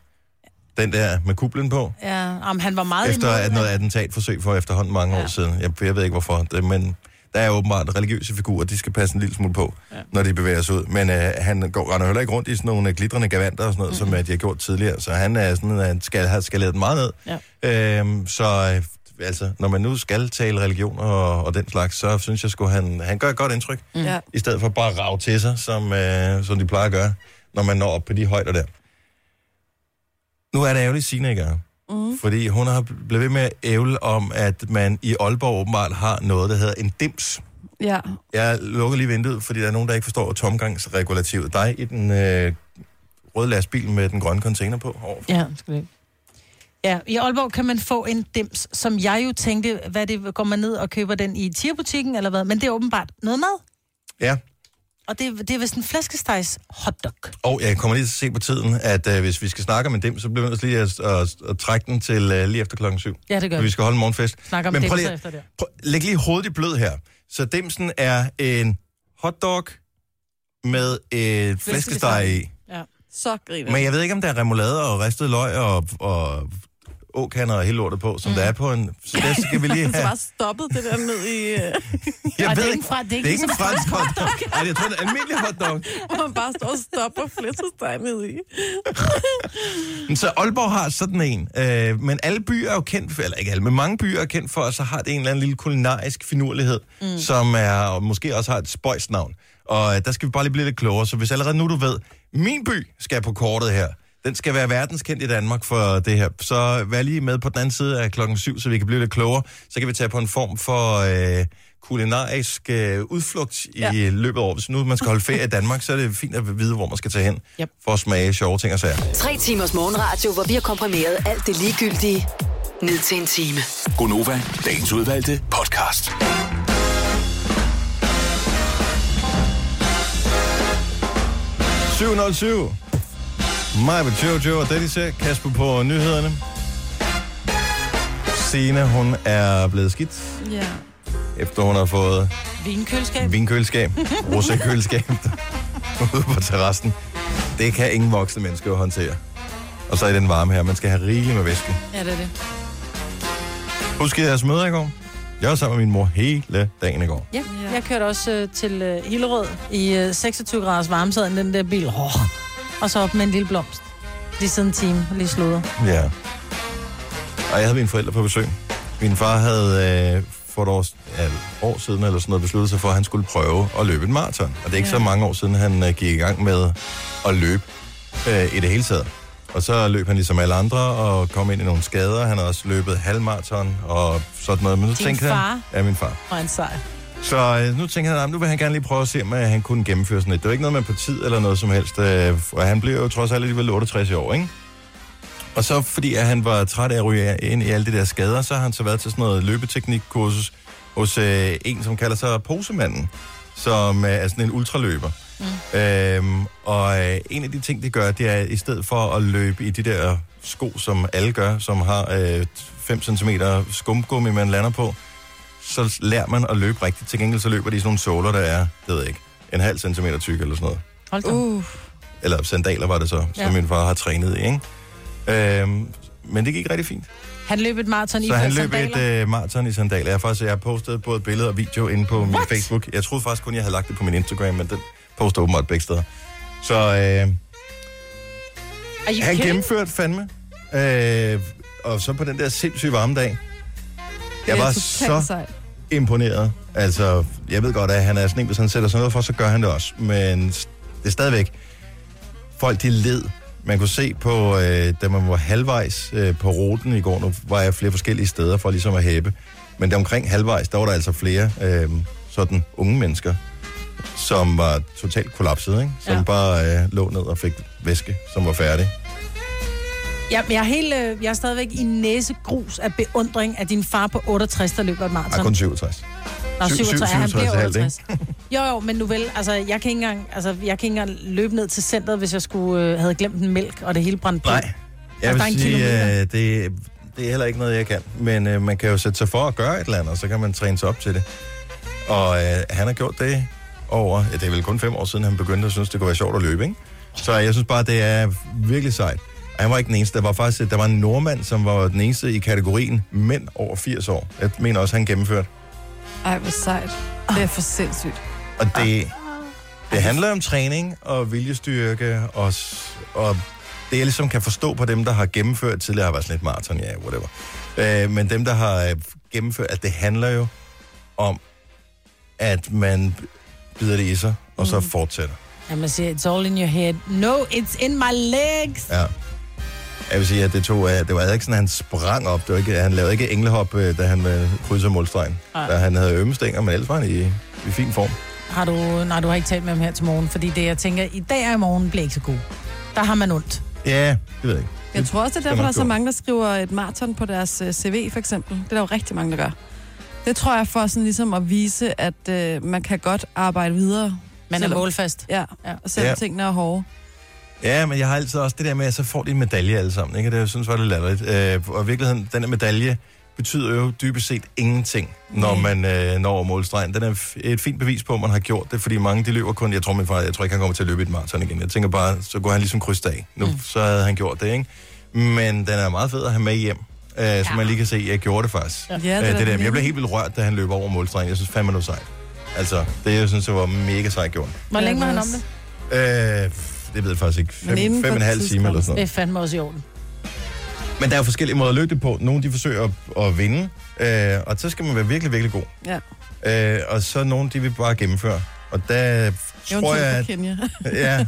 Speaker 1: Den der med kuplen på.
Speaker 2: Ja, om han var meget
Speaker 1: Efter
Speaker 2: imod,
Speaker 1: at noget attentatforsøg for efterhånden mange år siden. Jeg, jeg ved ikke hvorfor, det, men der er åbenbart religiøse figurer, de skal passe en lille smule på, ja. når de bevæger sig ud. Men øh, han går render heller ikke rundt i sådan nogle øh, glitrende gavanter og sådan noget, mm-hmm. som øh, de har gjort tidligere. Så han er sådan, at han skal have skaleret den meget ned. Ja. Øhm, så øh, altså, når man nu skal tale religion og, og den slags, så synes jeg sgu, han, han gør et godt indtryk. Mm.
Speaker 4: Ja.
Speaker 1: I stedet for bare at rave til sig, som, øh, som de plejer at gøre, når man når op på de højder der. Nu er det ærgerligt, Signe ikke er her. Fordi hun har bl- blevet ved med at ævle om, at man i Aalborg åbenbart har noget, der hedder en dims.
Speaker 4: Ja.
Speaker 1: Jeg lukker lige vinduet, fordi der er nogen, der ikke forstår tomgangsregulativet. Dig i den øh, røde lastbil med den grønne container på. Over.
Speaker 2: Ja, skal det. Ja, i Aalborg kan man få en dims, som jeg jo tænkte, hvad det, går man ned og køber den i tierbutikken eller hvad, men det er åbenbart noget mad.
Speaker 1: Ja,
Speaker 2: Og det, det er vist en flæskestegs hotdog.
Speaker 1: og jeg kommer lige til at se på tiden, at øh, hvis vi skal snakke om en dims, så bliver vi nødt til lige at, at, at trække den til øh, lige efter klokken syv.
Speaker 2: Ja, det gør
Speaker 1: For vi
Speaker 2: vi.
Speaker 1: skal holde en morgenfest.
Speaker 2: Snakker om
Speaker 1: Men prøv
Speaker 2: dimser
Speaker 1: lige,
Speaker 2: efter det.
Speaker 1: prøv, læg lige hovedet i blød her. Så dimsen er en hotdog med et flæskesteg i.
Speaker 2: Ja.
Speaker 4: Så griner
Speaker 1: Men jeg ved ikke, om der er remoulade og ristet løg og, og åkander og hele lortet på, som mm. der er på en... Så det skal vi lige
Speaker 4: Så
Speaker 1: have.
Speaker 4: bare stoppet det der ned i... øh,
Speaker 2: Og
Speaker 1: Jeg
Speaker 2: det
Speaker 1: ved
Speaker 2: er ikke
Speaker 1: ikke,
Speaker 2: fra- det er
Speaker 1: det er ikke en fransk hotdog. Nej, jeg tror, det er en almindelig hotdog.
Speaker 4: Hvor man bare står og stopper flættesteg ned i.
Speaker 1: Men Så Aalborg har sådan en. Øh, men alle byer er jo kendt for, eller ikke alle, men mange byer er kendt for, at så har det en eller anden lille kulinarisk finurlighed, mm. som er, og måske også har et spøjst navn. Og øh, der skal vi bare lige blive lidt klogere. Så hvis allerede nu du ved, min by skal på kortet her, den skal være verdenskendt i Danmark for det her. Så vær lige med på den anden side af klokken syv, så vi kan blive lidt klogere. Så kan vi tage på en form for øh, kulinarisk øh, udflugt i ja. løbet af året. Hvis nu man skal holde ferie i Danmark, så er det fint at vide, hvor man skal tage hen
Speaker 2: Yep.
Speaker 1: for at smage sjove ting og sager.
Speaker 3: Tre timers morgenradio, hvor vi har komprimeret alt det ligegyldige ned til en time.
Speaker 5: Gonova, dagens udvalgte podcast.
Speaker 1: Mig Majbet Jojo og Dennis her. Kasper på nyhederne. Sina, hun er blevet skidt,
Speaker 4: Ja.
Speaker 1: efter hun har fået
Speaker 2: ligesom Vinkøleskab.
Speaker 1: vinkøleskab, rosakøleskab ude på terrassen. Det kan ingen voksne mennesker jo håndtere. Og så i den varme her, man skal have rigeligt med væske.
Speaker 2: Ja, det er det.
Speaker 1: Husk jeres møder i går. Jeg var sammen med min mor hele dagen i går.
Speaker 2: Ja. Jeg kørte også øh, til øh, Hillerød i øh, 26 graders varme, sad i den der bil. Oh. Og så op med en lille blomst. Lige siden en time, og lige slået.
Speaker 1: Ja. Og jeg havde mine forældre på besøg. Min far havde øh, for et år, ja, år siden eller sådan noget besluttet sig for, at han skulle prøve at løbe en maraton. Og det er ikke ja. så mange år siden, han øh, gik i gang med at løbe øh, i det hele taget. Og så løb han ligesom alle andre og kom ind i nogle skader. Han har også løbet halvmaraton og sådan noget. Men nu
Speaker 2: Din
Speaker 1: tænkte
Speaker 2: far?
Speaker 1: han... Ja, min far.
Speaker 2: Og en sejr.
Speaker 1: Så øh, nu tænker han, at nu vil han gerne lige prøve at se, om øh, han kunne gennemføre sådan et. Det var ikke noget med partid eller noget som helst. Øh, og han blev jo trods alt alligevel 68 år, ikke? Og så fordi at han var træt af at ryge ind i alle de der skader, så har han så været til sådan noget løbeteknikkursus hos øh, en, som kalder sig Posemanden, som øh, er sådan en ultraløber. Mm. Øhm, og øh, en af de ting, det gør, det er, i stedet for at løbe i de der sko, som alle gør, som har øh, 5 cm skumgummi, man lander på, så lærer man at løbe rigtigt. Til gengæld så løber de i sådan nogle såler, der er, det ved jeg ikke, en halv centimeter tyk eller sådan noget.
Speaker 2: Hold da.
Speaker 4: Uh.
Speaker 1: Eller sandaler var det så, som
Speaker 2: Ja.
Speaker 1: min far har trænet i, ikke? Øhm, men det gik rigtig fint.
Speaker 2: Han løb et maraton i
Speaker 1: Så han løb
Speaker 2: sandaler.
Speaker 1: et øh, maraton i sandaler. Jeg har faktisk jeg har postet både billeder og video inde på min Facebook. Jeg troede faktisk kun, jeg havde lagt det på min Instagram, men den poster åbenbart begge steder. Så øh,
Speaker 2: Are you
Speaker 1: han
Speaker 2: kidding?
Speaker 1: gennemførte fandme. Øh, og så på den der sindssyge varme dag. Jeg var så imponeret. Altså, jeg ved godt, at han er sådan en, hvis han sætter sig noget for, så gør han det også. Men s- det er stadigvæk... Folk, de led. Man kunne se på, øh, da man var halvvejs øh, på ruten i går, nu var jeg flere forskellige steder for ligesom at hæbe. Men der omkring halvvejs, der var der altså flere øh, sådan unge mennesker, som var totalt kollapset, ikke? Som
Speaker 2: Ja.
Speaker 1: ja. bare øh, lå ned og fik væske, som var færdig.
Speaker 2: Ja, men jeg, er helt, øh, jeg er stadigvæk i næsegrus af beundring af din far på 68, der løber et
Speaker 1: Jeg er
Speaker 2: maraton.
Speaker 1: kun 67.
Speaker 2: Nå,
Speaker 1: Syv- syv-
Speaker 2: 67, han bliver
Speaker 1: 67,5,
Speaker 2: 68. Jo, jo, men nu vel, altså jeg, kan ikke engang, altså, jeg kan ikke engang løbe ned til centret, hvis jeg skulle, øh, havde glemt en mælk, og det hele brændte på.
Speaker 1: Nej. Jeg
Speaker 2: Altså,
Speaker 1: vil
Speaker 2: der er en
Speaker 1: sige,
Speaker 2: kilometer.
Speaker 1: øh, det, det er heller ikke noget, jeg kan. Men øh, man kan jo sætte sig for at gøre et eller andet, og så kan man træne sig op til det. Og øh, han har gjort det over, ja, det er vel kun fem år siden, han begyndte at synes, det kunne være sjovt at løbe, ikke? Så jeg synes bare, det er virkelig sejt. Og Han var ikke den eneste. Der var faktisk der var en nordmand, som var den eneste i kategorien mænd over 80 år. Jeg mener også, han gennemførte.
Speaker 4: Ej, hvor sejt. Det er for sindssygt.
Speaker 1: Og det, det handler om træning og viljestyrke, og, s- og det jeg ligesom kan forstå på dem, der har gennemført tidligere, har været sådan lidt maraton, ja, whatever. Øh, men dem, der har øh, gennemført, at det handler jo om, at man bider det i sig, og så fortsætter.
Speaker 2: Ja, man siger, it's all in your head. No, it's in my legs.
Speaker 1: Ja. Jeg vil sige, at det, tog, øh, det var ikke sådan, at han sprang op. Det var ikke, han lavede ikke englehop, øh, da han øh, krydsede målstregen.
Speaker 2: Nej.
Speaker 1: Da han havde ømme stænger, men ellers var han i, i fin form.
Speaker 2: Har du, nej, du har ikke talt med ham her til morgen, fordi det, jeg tænker, i dag og i morgen bliver ikke så god. Der har man ondt.
Speaker 1: Ja, det ved jeg ikke.
Speaker 4: Jeg tror også, det er derfor,
Speaker 1: nok
Speaker 4: der er så
Speaker 1: gå.
Speaker 4: mange, der skriver et maraton på deres øh, CV, for eksempel. Det er der jo rigtig mange, der gør. Det tror jeg for sådan ligesom at vise, at øh, man kan godt arbejde videre.
Speaker 2: Man er
Speaker 4: Selvom-
Speaker 2: målfast.
Speaker 4: Ja,
Speaker 2: Ja.
Speaker 4: og selvom
Speaker 1: Ja.
Speaker 4: ja. tingene er hårde.
Speaker 1: Ja, men jeg har altid også det der med, at så får de en medalje alle sammen. Ikke? Og Det jeg synes var det latterligt. Øh, og i virkeligheden, den her medalje betyder jo dybest set ingenting, når man øh, når over målstregen. Den er f- et fint bevis på, at man har gjort det, fordi mange de løber kun... Jeg tror, min far, jeg tror ikke, han kommer til at løbe et maraton igen. Jeg tænker bare, så går han ligesom krydset af. Nu, mm. så havde han gjort det, ikke? Men den er meget fed at have med hjem, øh, så man lige kan se, at jeg gjorde det faktisk.
Speaker 4: Ja, det er
Speaker 1: øh, det
Speaker 4: da
Speaker 1: der.
Speaker 4: det.
Speaker 1: Jeg blev helt vildt rørt, da han løber over målstregen. Jeg synes fandme, det var sejt. Altså, det jeg synes jeg var mega sejt gjort.
Speaker 2: Hvor
Speaker 4: Ja,
Speaker 2: længe var
Speaker 4: det
Speaker 2: han
Speaker 4: er
Speaker 2: om
Speaker 4: også-
Speaker 2: det?
Speaker 1: Øh, det ved jeg faktisk ikke. Fem,
Speaker 4: inden
Speaker 1: fem
Speaker 4: for
Speaker 1: og en halv
Speaker 4: tidspunkt.
Speaker 1: time eller sådan
Speaker 2: Det
Speaker 1: noget.
Speaker 2: er fandme også i orden.
Speaker 1: Men der er jo forskellige måder at løbe det på. Nogle de forsøger at, at vinde, øh, og så skal man være virkelig, virkelig god.
Speaker 4: Ja.
Speaker 1: Øh, og så nogle, de vil bare gennemføre. Og der tror jeg,
Speaker 4: Eventuelt
Speaker 1: at,
Speaker 4: for Kenya.
Speaker 1: ja,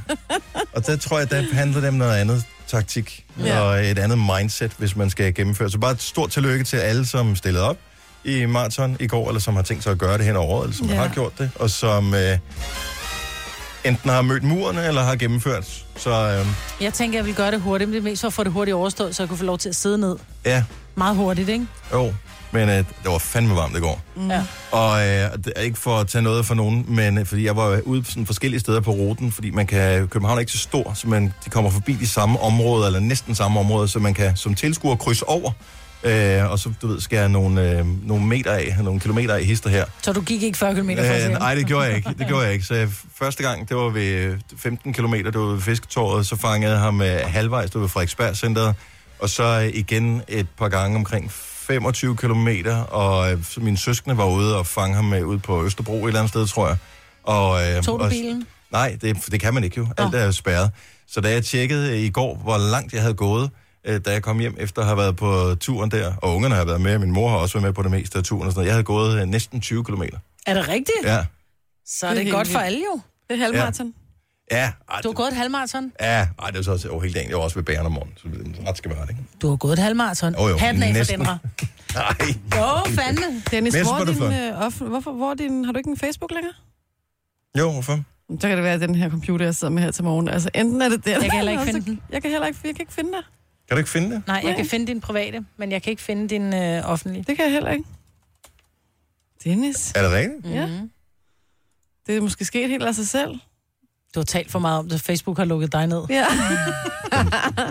Speaker 1: og der tror jeg, der handler det om noget andet taktik ja.
Speaker 4: Ja.
Speaker 1: og et andet mindset, hvis man skal gennemføre. Så bare et stort tillykke til alle, som stillede op i maraton i går, eller som har tænkt sig at gøre det hen over året, eller som ja.
Speaker 4: Ja.
Speaker 1: har gjort det, og som øh, enten har mødt murene, eller har gennemført. Så øh,
Speaker 2: Jeg tænker, jeg vil gøre det hurtigt, men det er mest for at få det hurtigt overstået, så jeg kunne få lov til at sidde ned.
Speaker 1: ja,
Speaker 2: Meget hurtigt, ikke?
Speaker 1: Jo, men øh, det var fandme varmt i går.
Speaker 2: Mm. Ja.
Speaker 1: Og øh, det er ikke for at tage noget for nogen, men øh, fordi jeg var ude på sådan forskellige steder på ruten, fordi man kan, København er ikke så stor, så man, de kommer forbi de samme områder, eller næsten samme områder, så man kan som tilskuer krydse over, øh, og så du ved, skære nogle, øh, nogle meter af, nogle kilometer af hister her.
Speaker 2: Så du gik ikke 40 km fra
Speaker 1: Øh,
Speaker 2: øh,
Speaker 1: nej, det gjorde jeg ikke. Det gjorde jeg ikke. Så jeg, første gang, det var ved øh, 15 km, det var ved fisketåret, så fangede jeg ham øh, halvvejs, det var ved Frederiksberg Centeret, og så øh, igen et par gange omkring 25 km, og øh, så mine søskende var ude og fange ham øh, ude på Østerbro et eller andet sted, tror jeg. Og, øh,
Speaker 2: Tog du
Speaker 1: og,
Speaker 2: bilen?
Speaker 1: Nej, det, det kan man ikke jo. Alt er jo spærret. Så da jeg tjekkede øh, i går, hvor langt jeg havde gået, øh, da jeg kom hjem efter at have været på turen der, og ungerne har været med, og min mor har også været med på det meste af turen og sådan noget, jeg havde gået øh, næsten 20 km.
Speaker 2: Er det rigtigt? Ja.
Speaker 1: Ja.
Speaker 2: Så
Speaker 4: Det er
Speaker 2: er det, det
Speaker 4: helt
Speaker 2: godt for
Speaker 4: vildt.
Speaker 2: alle jo.
Speaker 4: Det er Øh, halvmarathon.
Speaker 1: Ja, ej,
Speaker 2: Du har gået et halvmarathon.
Speaker 1: Ja, ej, det var så også over hele dagen. Jeg var også ved bageren om morgenen, så det- ret skal være ret, ikke?
Speaker 2: Du har gået et halvmarathon.
Speaker 1: Jo, jo,
Speaker 2: Hatten af for
Speaker 1: næsten.
Speaker 2: den her.
Speaker 1: Nej.
Speaker 2: Jo, fandme.
Speaker 4: Dennis,
Speaker 1: Mads,
Speaker 4: hvor
Speaker 1: hvor
Speaker 4: er
Speaker 1: er du
Speaker 4: din,
Speaker 1: flot.
Speaker 4: øh, off- hvorfor, hvor er din, har du ikke en Facebook længere?
Speaker 1: Jo, hvorfor?
Speaker 4: Så kan det være, at den her computer, jeg sidder med her til morgen, altså enten er det den,
Speaker 2: kan heller ikke
Speaker 4: eller
Speaker 2: finde
Speaker 4: så-
Speaker 2: den.
Speaker 4: Jeg kan heller ikke, jeg kan ikke finde dig.
Speaker 1: Kan du ikke finde det?
Speaker 2: Nej, jeg
Speaker 4: Nej.
Speaker 2: kan finde din private, men jeg kan ikke finde din øh, offentlige.
Speaker 4: Det kan jeg heller ikke. Dennis.
Speaker 1: Er det rigtigt?
Speaker 4: Ja. Det er måske sket helt af sig selv.
Speaker 2: Du har talt for meget om det. Facebook har lukket dig ned.
Speaker 4: Ja.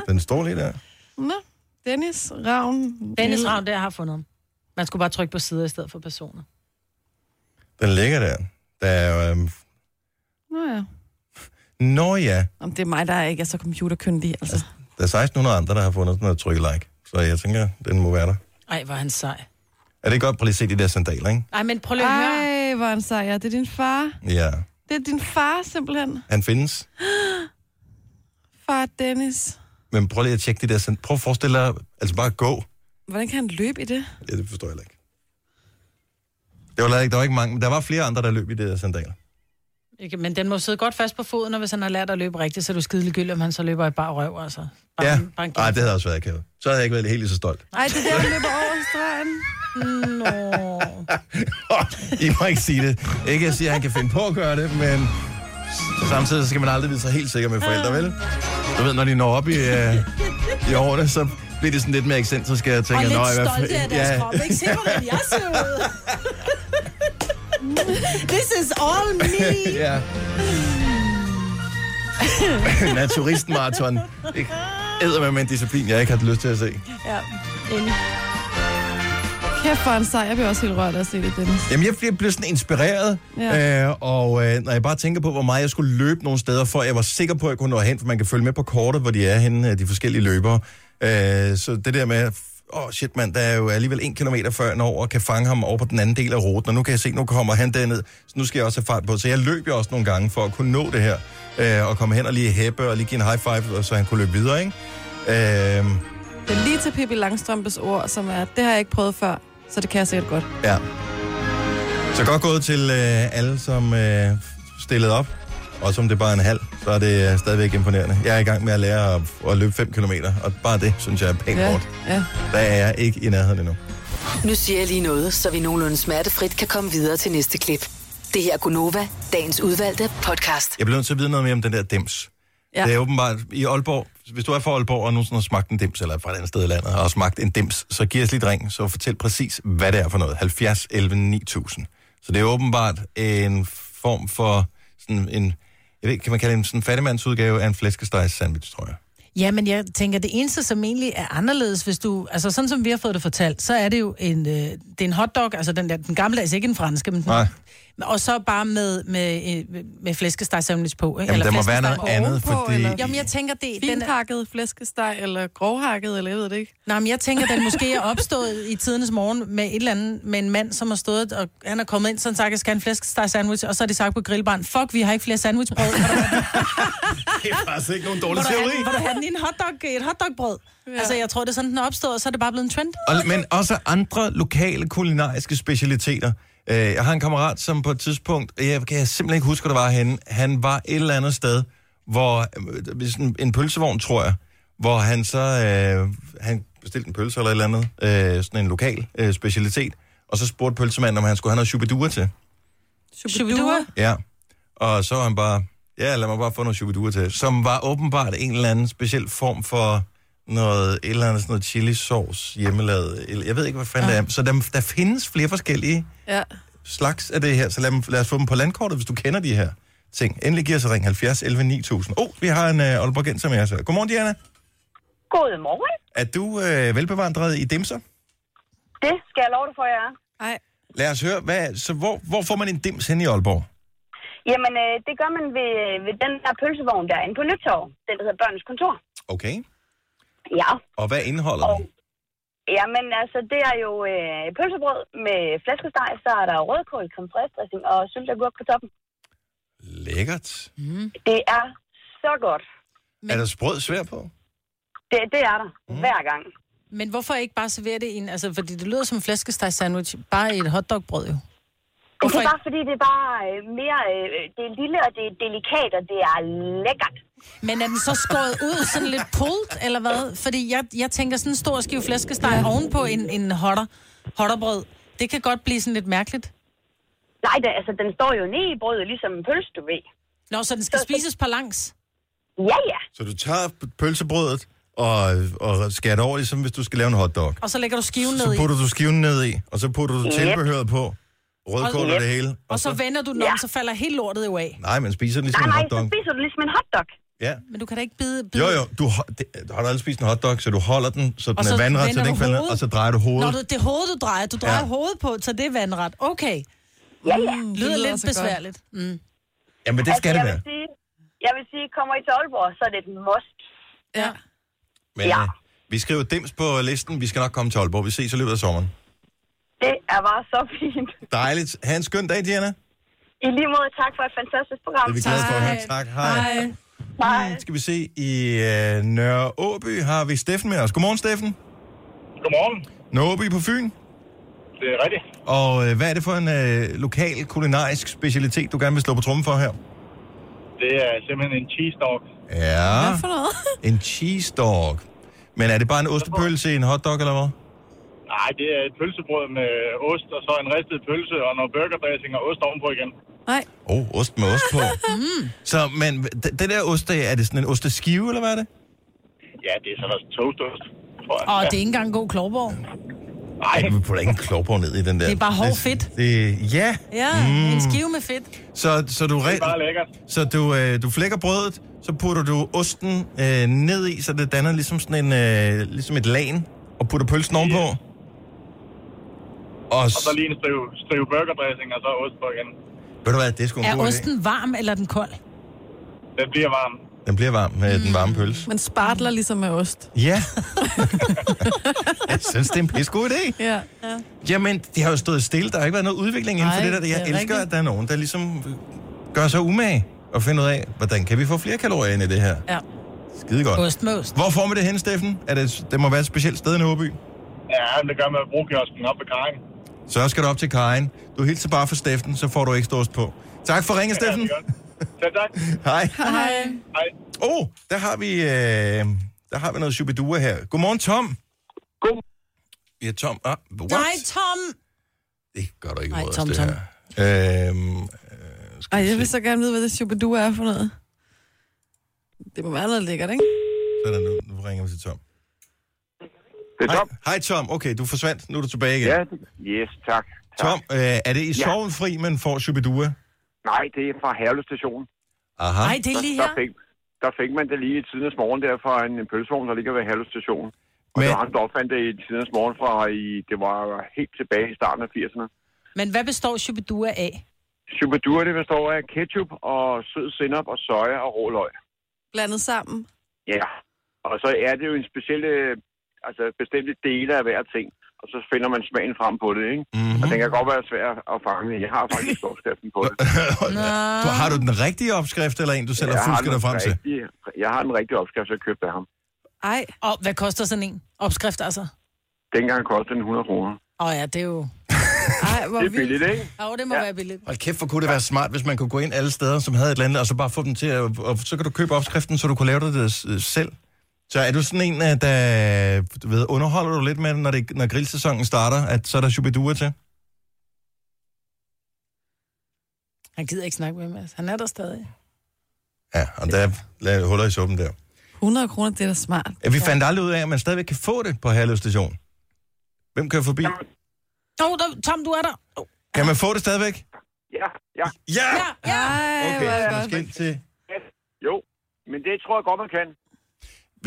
Speaker 1: Den står lige der.
Speaker 4: Nå, Dennis Ravn.
Speaker 2: Dennis Ravn, der har fundet ham. Man skulle bare trykke på sider i stedet for personer.
Speaker 1: Den ligger der. Der er øhm...
Speaker 4: Nå ja.
Speaker 1: Nå ja,
Speaker 4: Om det er mig, der er ikke er så computerkyndig, altså.
Speaker 1: der er 1600 andre, der har fundet den og trykket like. Så jeg tænker, den må være der.
Speaker 2: Ej, hvor er han sej.
Speaker 1: Er det ikke godt? Prøv lige at se de der sandaler, ikke?
Speaker 2: Ej, men prøv lige at høre.
Speaker 4: Ej, hvor er han sej. Ja, det er din far.
Speaker 1: Ja.
Speaker 4: Det er din far, simpelthen.
Speaker 1: Han findes.
Speaker 4: Far Dennis. Men
Speaker 1: Men prøv lige at tjekke de der sandaler. Prøv at forestille dig, altså bare gå.
Speaker 4: Hvordan kan han løbe i det?
Speaker 1: Ja, det forstår jeg heller ikke. Det var, heller ikke, der var ikke mange, men der var flere andre, der løb i de der sandaler.
Speaker 2: Ikke, Men den må sidde godt fast på foden, og hvis han har lært at løbe rigtigt, så er du skidelig gyld, om han så løber i bare røv, altså. Bare,
Speaker 1: Ja,
Speaker 2: en- Bare en
Speaker 1: Ej, det havde også været akavet. Så havde jeg ikke været helt lige så stolt.
Speaker 4: Ej, det er der, han løber over stregen.
Speaker 2: Nå.
Speaker 1: I må ikke sige det. Ikke at sige, at han kan finde på at gøre det, men samtidig så skal man aldrig vide sig helt sikker med forældre, vel? Du ved, når de når op i, øh, i årene, så bliver det sådan lidt mere ekscentriske og
Speaker 2: Og
Speaker 1: tænker,
Speaker 2: lidt
Speaker 1: "Nå, i hvert fald-
Speaker 2: stolte af deres ja. krop, ikke? Se, hvordan jeg ser ud. This is all me.
Speaker 7: Ja.
Speaker 1: Naturistmarathon. Det æder med en disciplin, jeg ikke har lyst til at se.
Speaker 2: ja. Enig.
Speaker 4: Kæft for en sej. Jeg bliver også helt rørt af at se det, Dennis.
Speaker 1: Jamen, jeg bliver- bliver sådan inspireret, ja.
Speaker 4: Ja.
Speaker 1: øh, og øh, når jeg bare tænker på, hvor meget jeg skulle løbe nogle steder, for jeg var sikker på, at jeg kunne nå hen, for man kan følge med på kortet, hvor de er henne, øh, de forskellige løbere. Øh, så det der med, åh oh, shit mand, der er jo alligevel en kilometer før jeg når, og kan fange ham over på den anden del af ruten, og nu kan jeg se, nu kommer han derned, så nu skal jeg også have fart på. Så jeg løb jo også nogle gange for at kunne nå det her, øh, og komme hen og lige hæppe, og lige give en high five, og så han kunne løbe videre, ikke? Øh,
Speaker 4: Det er lige til Pippi Langstrømpes ord, som er, det har jeg ikke prøvet før, så det kan jeg sikkert godt.
Speaker 1: Ja. Så godt gået til øh, alle, som øh, stillede op. Og som det bare er en halv, så er det øh, stadigvæk imponerende. Jeg er i gang med at lære at, at løbe 5 km, og bare det, synes jeg er pænt ja.
Speaker 4: Ja,
Speaker 1: hårdt.
Speaker 4: ja.
Speaker 1: Der er jeg ikke i nærheden endnu.
Speaker 3: Nu siger jeg lige noget, så vi nogenlunde smertefrit kan komme videre til næste klip. Det her er Gunova, dagens udvalgte podcast.
Speaker 1: Jeg bliver nødt til at vide noget mere om den der dims. Ja.
Speaker 4: Ja.
Speaker 1: Det er åbenbart i Aalborg. Hvis du er fra Aalborg og nogensinde har smagt en dims, eller er fra et andet sted i landet og har smagt en dims, så giv os lige et ring, så fortæl præcis, hvad det er for noget. 70 11 9000. Så det er åbenbart en form for sådan en, jeg ved, ikke, kan man kalde det en sådan fattigmandsudgave af en flæskestegs sandwich, tror jeg.
Speaker 2: Ja, men jeg tænker, det eneste, som egentlig er anderledes, hvis du... Altså, sådan som vi har fået det fortalt, så er det jo en, øh, det er en hotdog, altså den der, den gamle, altså ikke den franske, men den,
Speaker 1: Nej.
Speaker 2: Og så bare med, med, øh, med flæskesteg sandwich på, ikke?
Speaker 1: Jamen, der må være
Speaker 2: flæskesteg
Speaker 1: noget
Speaker 2: på.
Speaker 1: andet,
Speaker 4: ovenpå,
Speaker 1: fordi...
Speaker 4: eller-
Speaker 2: Jamen, jeg tænker, det, den er,
Speaker 4: Finpakket flæskesteg, eller grovhakket, eller jeg ved det ikke.
Speaker 2: nej, men jeg tænker, den måske er opstået i tidernes morgen med et eller andet, med en mand, som har stået, og han er kommet ind, så han sagt, jeg skal have en flæskesteg sandwich, og så har de sagt på grillbarn, fuck, vi har ikke flere sandwichbrød. Må du-
Speaker 1: Det er faktisk ikke nogen
Speaker 2: Må
Speaker 1: dårlig
Speaker 2: du have den- må du have den i en hotdog, i et hotdogbrød? Ja. Altså, jeg tror, det er sådan, den er opstået, og så er det bare blevet en trend.
Speaker 1: Og, men også andre lokale kulinariske specialiteter. Øh, Jeg har en kammerat, som på et tidspunkt, jeg kan simpelthen ikke huske, hvor det var henne, han var et eller andet sted, hvor øh, sådan en pølsevogn, tror jeg, hvor han så øh, han bestilte en pølse eller et eller andet, øh, sådan en lokal øh, specialitet, og så spurgte pølsemanden, om han skulle have noget chubidua til.
Speaker 2: Shubidua.
Speaker 1: Ja. Og så var han bare, ja, lad mig bare få noget chubidua til, som var åbenbart en eller anden speciel form for noget, et eller andet sådan noget chili sauce hjemmelavet. Eller- Jeg ved ikke, hvad fanden ja. det er. Så der, der findes flere forskellige
Speaker 4: Ja.
Speaker 1: slags af det her, så lad, dem, lad os få dem på landkortet, hvis du kender de her ting. Endelig giver sig ring 70 11 9000. Oh, vi har en uh, Aalborgenser med os. her. Godmorgen, Diana.
Speaker 8: Godmorgen.
Speaker 1: Er du øh, velbevandret i dimser?
Speaker 8: Det skal jeg love dig for, jeg er.
Speaker 4: Ej,
Speaker 1: Lad os høre, hvad, så hvor, hvor får man en dims hen i Aalborg?
Speaker 8: Jamen, øh, det gør man ved, ved den der pølsevogn der inde på Nytorv. Den, der hedder Børnens Kontor.
Speaker 1: Okay.
Speaker 8: Ja.
Speaker 1: Og hvad indeholder
Speaker 8: Og,
Speaker 1: den?
Speaker 8: jamen, altså, det er jo øh, pølsebrød med flæskesteg. Så er der rødkål, creme fraiche dressing og syltegurk på toppen.
Speaker 1: Lækkert.
Speaker 8: Det er så godt.
Speaker 1: Er der sprød svær på?
Speaker 8: Det, det er der mm. hver gang.
Speaker 2: Men hvorfor ikke bare servere det i en... Altså, fordi det lyder som en flæskesteg sandwich, bare i et hotdogbrød jo. Hvorfor
Speaker 8: Altså, det er bare, fordi det er bare øh, mere... Øh, det er lille, og det er delikat, og det er lækkert.
Speaker 2: Men er den så skåret ud sådan lidt pulled, eller hvad? Fordi jeg, jeg tænker, sådan en stor skive flæskesteg ja. ovenpå en, en hotter, hotterbrød, det kan godt blive sådan lidt mærkeligt.
Speaker 8: Nej, det, altså, den står jo ned i brødet, ligesom en pølse, du ved.
Speaker 2: Nå, så den skal spises på langs.
Speaker 8: Ja, ja.
Speaker 1: Så du tager pølsebrødet og, og skærer det over, ligesom hvis du skal lave en hotdog.
Speaker 2: Og så lægger du skiven ned
Speaker 1: Så
Speaker 2: i.
Speaker 1: putter du skiven ned i, og så putter du tilbehøret på. Rødkål og det hele.
Speaker 2: Og så vender du den
Speaker 8: Ja.
Speaker 2: om, så falder helt lortet jo af.
Speaker 1: Nej, man spiser den ligesom
Speaker 8: Nej,
Speaker 1: en
Speaker 8: nej, så
Speaker 1: hotdog.
Speaker 8: spiser du ligesom en hotdog.
Speaker 1: Ja.
Speaker 2: Men du kan da ikke bide... bide.
Speaker 1: Jo, jo, du, ho- det, du har du aldrig spist en hotdog, så du holder den, så den
Speaker 2: så
Speaker 1: er vandret,
Speaker 2: vender
Speaker 1: så den
Speaker 2: du
Speaker 1: ikke falder, ned,
Speaker 2: hovedet.
Speaker 1: og så drejer du
Speaker 2: Når
Speaker 1: hovedet.
Speaker 2: du, det er hovedet, du drejer. Du drejer
Speaker 1: Ja.
Speaker 2: ja. hovedet på, så det er vandret. Okay.
Speaker 8: Ja, ja.
Speaker 2: Mm, lyder, lyder lidt
Speaker 4: altså godt.
Speaker 2: besværligt. Mm.
Speaker 1: Jamen, det skal det
Speaker 8: Altså, jeg
Speaker 1: være.
Speaker 8: Vil sige, jeg vil sige, kommer I til Aalborg, så er det et must.
Speaker 4: ja.
Speaker 1: Men,
Speaker 8: Ja.
Speaker 1: øh, vi skriver dims på listen. Vi skal nok komme til Aalborg. Vi ses i løbet af sommeren.
Speaker 8: Det er bare så fint.
Speaker 1: Dejligt. Ha' en skøn dag, Diana.
Speaker 8: I lige måde, tak for et fantastisk program.
Speaker 1: Det er vi glade for at høre. Tak. Hej.
Speaker 4: Ej.
Speaker 8: Hej.
Speaker 1: Skal vi se, i øh, Nørre Åby har vi Steffen med os. Godmorgen, Steffen.
Speaker 9: Godmorgen.
Speaker 1: Nørre Åby på Fyn.
Speaker 9: Det er rigtigt.
Speaker 1: Og øh, hvad er det for en øh, lokal kulinarisk specialitet, du gerne vil slå på trummen for her?
Speaker 9: Det er simpelthen en cheese dog.
Speaker 1: Ja,
Speaker 4: Hvad for noget?
Speaker 1: en cheese dog. Men er det bare en ostepølse i en hotdog, eller hvad?
Speaker 9: Nej, det er et pølsebrød med ost, og så en ristet pølse, og noget burgerdressing og ost ovenpå igen.
Speaker 4: Nej,
Speaker 1: Åh, oh, ost med ost på.
Speaker 2: Mm.
Speaker 1: Så, men d- den der ost, øh, er det sådan en osteskive, eller hvad er det?
Speaker 9: Ja, det er sådan noget toastost, tror jeg. ja.
Speaker 2: Og
Speaker 1: Mm.
Speaker 2: det er ikke engang en god klovborg.
Speaker 1: Ej, du putter ikke en klovborg ned i den der.
Speaker 2: Det er bare hård fedt.
Speaker 1: Det, ja.
Speaker 2: Ja, mm. en skive med fedt.
Speaker 1: Så, så du, re-
Speaker 9: Bare lækkert.
Speaker 1: så du, øh, du flækker brødet, så putter du osten øh, ned i, så det danner ligesom sådan en, øh, ligesom et lagen, og putter pølsen ovenpå. Og,
Speaker 9: Og så lige en strive, strive burgerdressing, og så ost på igen.
Speaker 1: Ved du hvad, det er sgu en
Speaker 2: Er
Speaker 1: god idé.
Speaker 2: osten varm, eller er den kold?
Speaker 9: Den bliver varm.
Speaker 1: Den bliver varm med den varme pølse.
Speaker 4: Man spartler ligesom med ost.
Speaker 1: Ja. jeg synes, det er en pissegod idé.
Speaker 4: Ja.
Speaker 1: Jamen, det har jo stået stille. Der har ikke været noget udvikling inden for
Speaker 4: Nej,
Speaker 1: det der. Jeg
Speaker 4: det er
Speaker 1: elsker,
Speaker 4: rigtigt.
Speaker 1: at der er nogen, der ligesom gør sig umage og finder ud af, hvordan kan vi få flere kalorier ind i det her.
Speaker 4: Ja.
Speaker 1: Skide godt.
Speaker 2: Ost med ost.
Speaker 1: Hvor får man det hen, Steffen? Er det, det må være et specielt sted i Nørreby.
Speaker 9: Ja, men det gør man at bruge kiosken op ved Karin.
Speaker 1: Så skal du op til Karin. Du hilser bare for Steffen, så får du ikke ståst på. Tak for ringen,
Speaker 9: Ja,
Speaker 1: Steffen.
Speaker 9: det er godt. Så tak.
Speaker 1: Hej.
Speaker 4: Hej.
Speaker 9: Hej.
Speaker 1: Åh, oh, der har vi, øh, der har vi noget supidua her. Godmorgen, Tom.
Speaker 9: God.
Speaker 1: Vi er Tom. Ah, what?
Speaker 2: Nej, Tom!
Speaker 1: Det gør du ikke
Speaker 2: Nej,
Speaker 1: mod os,
Speaker 2: Tom,
Speaker 1: det
Speaker 2: Tom.
Speaker 1: her. Øhm, øh, skal
Speaker 4: Ej,
Speaker 1: vi
Speaker 4: jeg
Speaker 1: se.
Speaker 4: vil så gerne vide, hvad det Superdoo er for noget. Det må være noget lækkert, ikke?
Speaker 1: Sådan, nu, nu ringer vi til Tom.
Speaker 7: Det er Tom.
Speaker 1: Hej, hej Tom. Okay, du forsvandt. Nu er du tilbage igen.
Speaker 7: Ja, yes, tak. tak.
Speaker 1: Tom, øh, er det i Sovenfri, man får Shubidua?
Speaker 7: Nej, det er fra Herlev station.
Speaker 1: Aha.
Speaker 2: Nej, det er lige
Speaker 7: Der
Speaker 2: her.
Speaker 7: fik, der fik man det lige i tidens morgen der fra en, en pølsevogn, der ligger ved Herlev station. Og
Speaker 1: Men-
Speaker 7: det var han, der opfandt det i tidens morgen fra i, det var helt tilbage i starten af 80'erne.
Speaker 2: Men hvad består chubidua af?
Speaker 7: Chubadur, det består af ketchup og sød sennep og soja og råløg.
Speaker 4: Blandet sammen.
Speaker 7: Ja, og så er det jo en speciel, øh, altså bestemte dele af hver ting. Og så finder man smagen frem på det, ikke? Mm-hmm. Og den kan godt være svær at fange. Jeg har faktisk opskriften på det.
Speaker 1: du, har du den rigtige opskrift, eller en, du selv
Speaker 7: jeg,
Speaker 1: har
Speaker 7: har
Speaker 1: fusket dig frem til?
Speaker 7: rigtig, jeg har den rigtige opskrift, jeg købte af ham.
Speaker 4: Ej,
Speaker 2: Og hvad koster sådan en opskrift, altså?
Speaker 7: Dengang kostede den 100 kroner.
Speaker 2: Åh ja, det er jo...
Speaker 4: ej, hvor
Speaker 7: Det er
Speaker 4: vildt.
Speaker 7: billigt, ikke?
Speaker 2: Åh, det må ja. være billigt.
Speaker 1: Hold kæft, hvor kunne det være smart, hvis man kunne gå ind alle steder, som havde et eller andet, og så bare få dem til, at, og så kan du købe opskriften, så du kunne lave det des- øh, selv. Så er du sådan en, øh, der du ved, underholder du lidt med, den, når, det, når grillsæsonen starter, at så er der Shubidua til?
Speaker 2: Han gider ikke snakke med mig. altså. Han er der stadig.
Speaker 1: Ja, og der er la- huller i suppen der.
Speaker 4: 100 kroner, det er da smart.
Speaker 1: Ja, Vi fandt aldrig ud af, at man stadigvæk kan få det på Herlev Station. Hvem kører forbi?
Speaker 2: Åh, oh, Tom, du er der. Oh.
Speaker 1: Kan man få det stadigvæk?
Speaker 7: Ja, ja.
Speaker 1: Ja!
Speaker 2: Ja, ja.
Speaker 4: Ej, hvor er
Speaker 1: Okay,
Speaker 4: det
Speaker 1: så vi
Speaker 4: godt.
Speaker 1: skal ind til...
Speaker 7: Jo, men det tror jeg godt, man kan.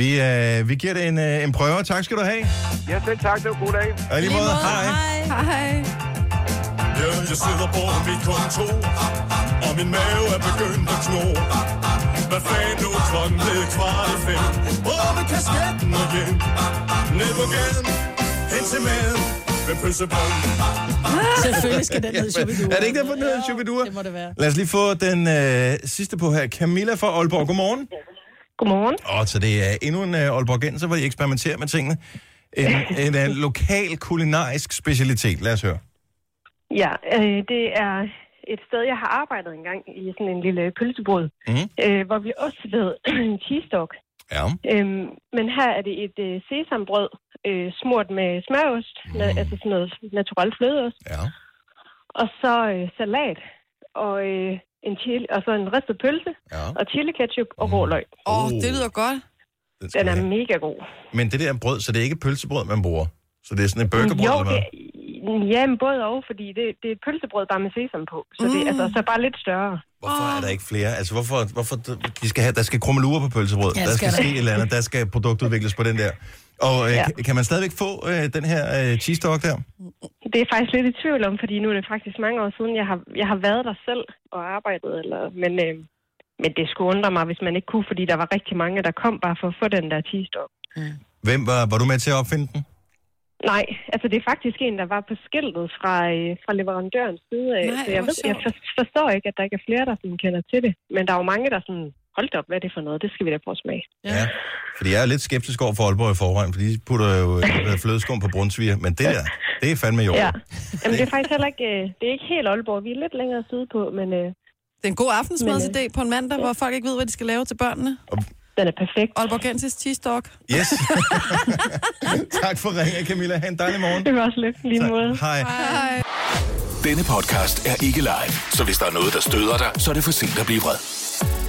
Speaker 1: Vi, øh, vi giver det en, øh, en prøve. Tak skal du have.
Speaker 7: Ja, selv tak. Det var en god dag.
Speaker 1: Og i lige måde, hej.
Speaker 4: Hej.
Speaker 10: Ja, jeg sidder på mit kontor, og min mave er begyndt at kno. Hvad fanden nu er klokken blevet kvart i fem? Åh, med kasketten og hjem. Ned på gaden, hen til maden, ved pølsebollen.
Speaker 2: Selvfølgelig skal den hedde chubidua.
Speaker 1: Er det ikke derfor, den hedder Shubidua?
Speaker 2: Det må det være.
Speaker 1: Lad os lige få den øh, sidste på her. Camilla fra Aalborg, godmorgen.
Speaker 8: Godmorgen.
Speaker 1: Åh, så det er endnu en øh, Aalborgenser, hvor de eksperimenterer med tingene. En, en øh, lokal kulinarisk specialitet. Lad os høre.
Speaker 8: Ja, øh, det er et sted, jeg har arbejdet engang i sådan en lille pølsebrød,
Speaker 1: Mhm.
Speaker 8: øh, hvor vi også ved en cheese dog.
Speaker 1: Ja.
Speaker 8: Øhm, men her er det et øh, sesambrød øh, smurt med smørost, mm. na- altså sådan noget naturel flødeost,
Speaker 1: Ja.
Speaker 8: og så øh, salat, og, øh, en chili, og så en ristet pølse,
Speaker 1: Ja.
Speaker 8: og chili ketchup
Speaker 1: Mm.
Speaker 8: og råløg.
Speaker 4: Åh, oh, det lyder godt.
Speaker 1: Den skal
Speaker 8: Den
Speaker 1: vi
Speaker 8: er
Speaker 1: have.
Speaker 8: mega god.
Speaker 1: Men det der brød, så det er ikke pølsebrød, man bruger. Så det er sådan et burgerbrød,
Speaker 8: jo,
Speaker 1: eller hvad?
Speaker 8: det, ja, men både og, fordi det, det er et pølsebrød bare med sesam på, så det mm. altså så bare lidt større.
Speaker 1: Hvorfor er der ikke flere? Altså, hvorfor, hvorfor de skal have, der skal krummelurer på pølsebrød, ja,
Speaker 2: Ja,
Speaker 1: der skal,
Speaker 2: skal
Speaker 1: skal
Speaker 2: der.
Speaker 1: ske et eller andet, der skal produktudvikles på den der. Og øh, ja.
Speaker 8: Ja.
Speaker 1: kan man stadigvæk få øh, den her øh, cheese dog der?
Speaker 8: Det er jeg faktisk lidt i tvivl om, fordi nu er det faktisk mange år siden, jeg har, jeg har været der selv og arbejdet. Eller, men, øh, men det skulle undre mig, hvis man ikke kunne, fordi der var rigtig mange, der kom bare for at få den der cheese dog.
Speaker 1: Hvem var, var du med til at opfinde den?
Speaker 8: Nej, altså det er faktisk en, der var på skiltet fra, øh, fra leverandørens side af.
Speaker 4: Nej,
Speaker 8: så jeg,
Speaker 4: hvor
Speaker 8: ved, jeg
Speaker 4: sjovt.
Speaker 8: for- forstår ikke, at der ikke er flere, der sådan kender til det. Men der er jo mange, der sådan, hold da op, hvad er det for noget? Det skal vi da prøve at smage.
Speaker 2: Ja.
Speaker 1: Fordi jeg er lidt skeptisk over for Aalborg i forvejen, fordi de putter jo øh, flødeskum på brunsviger, men det der, det er fandme jord.
Speaker 8: Ja. Jamen det er faktisk heller ikke, øh, det er ikke helt Aalborg. Vi er lidt længere side på, men øh,
Speaker 4: Det er en god aftensmadsidé på en mandag, hvor folk ikke ved, hvad de skal lave til børnene.
Speaker 8: den er perfekt.
Speaker 4: Aalborgensis cheese dog.
Speaker 1: Yes. tak for ringen, Camilla. Ha' en dejlig morgen.
Speaker 8: Det var også lidt lige måde.
Speaker 1: Hej.
Speaker 4: Hej.
Speaker 5: Denne podcast er ikke live, så hvis der er noget, der støder dig, så er det for sent at blive vred.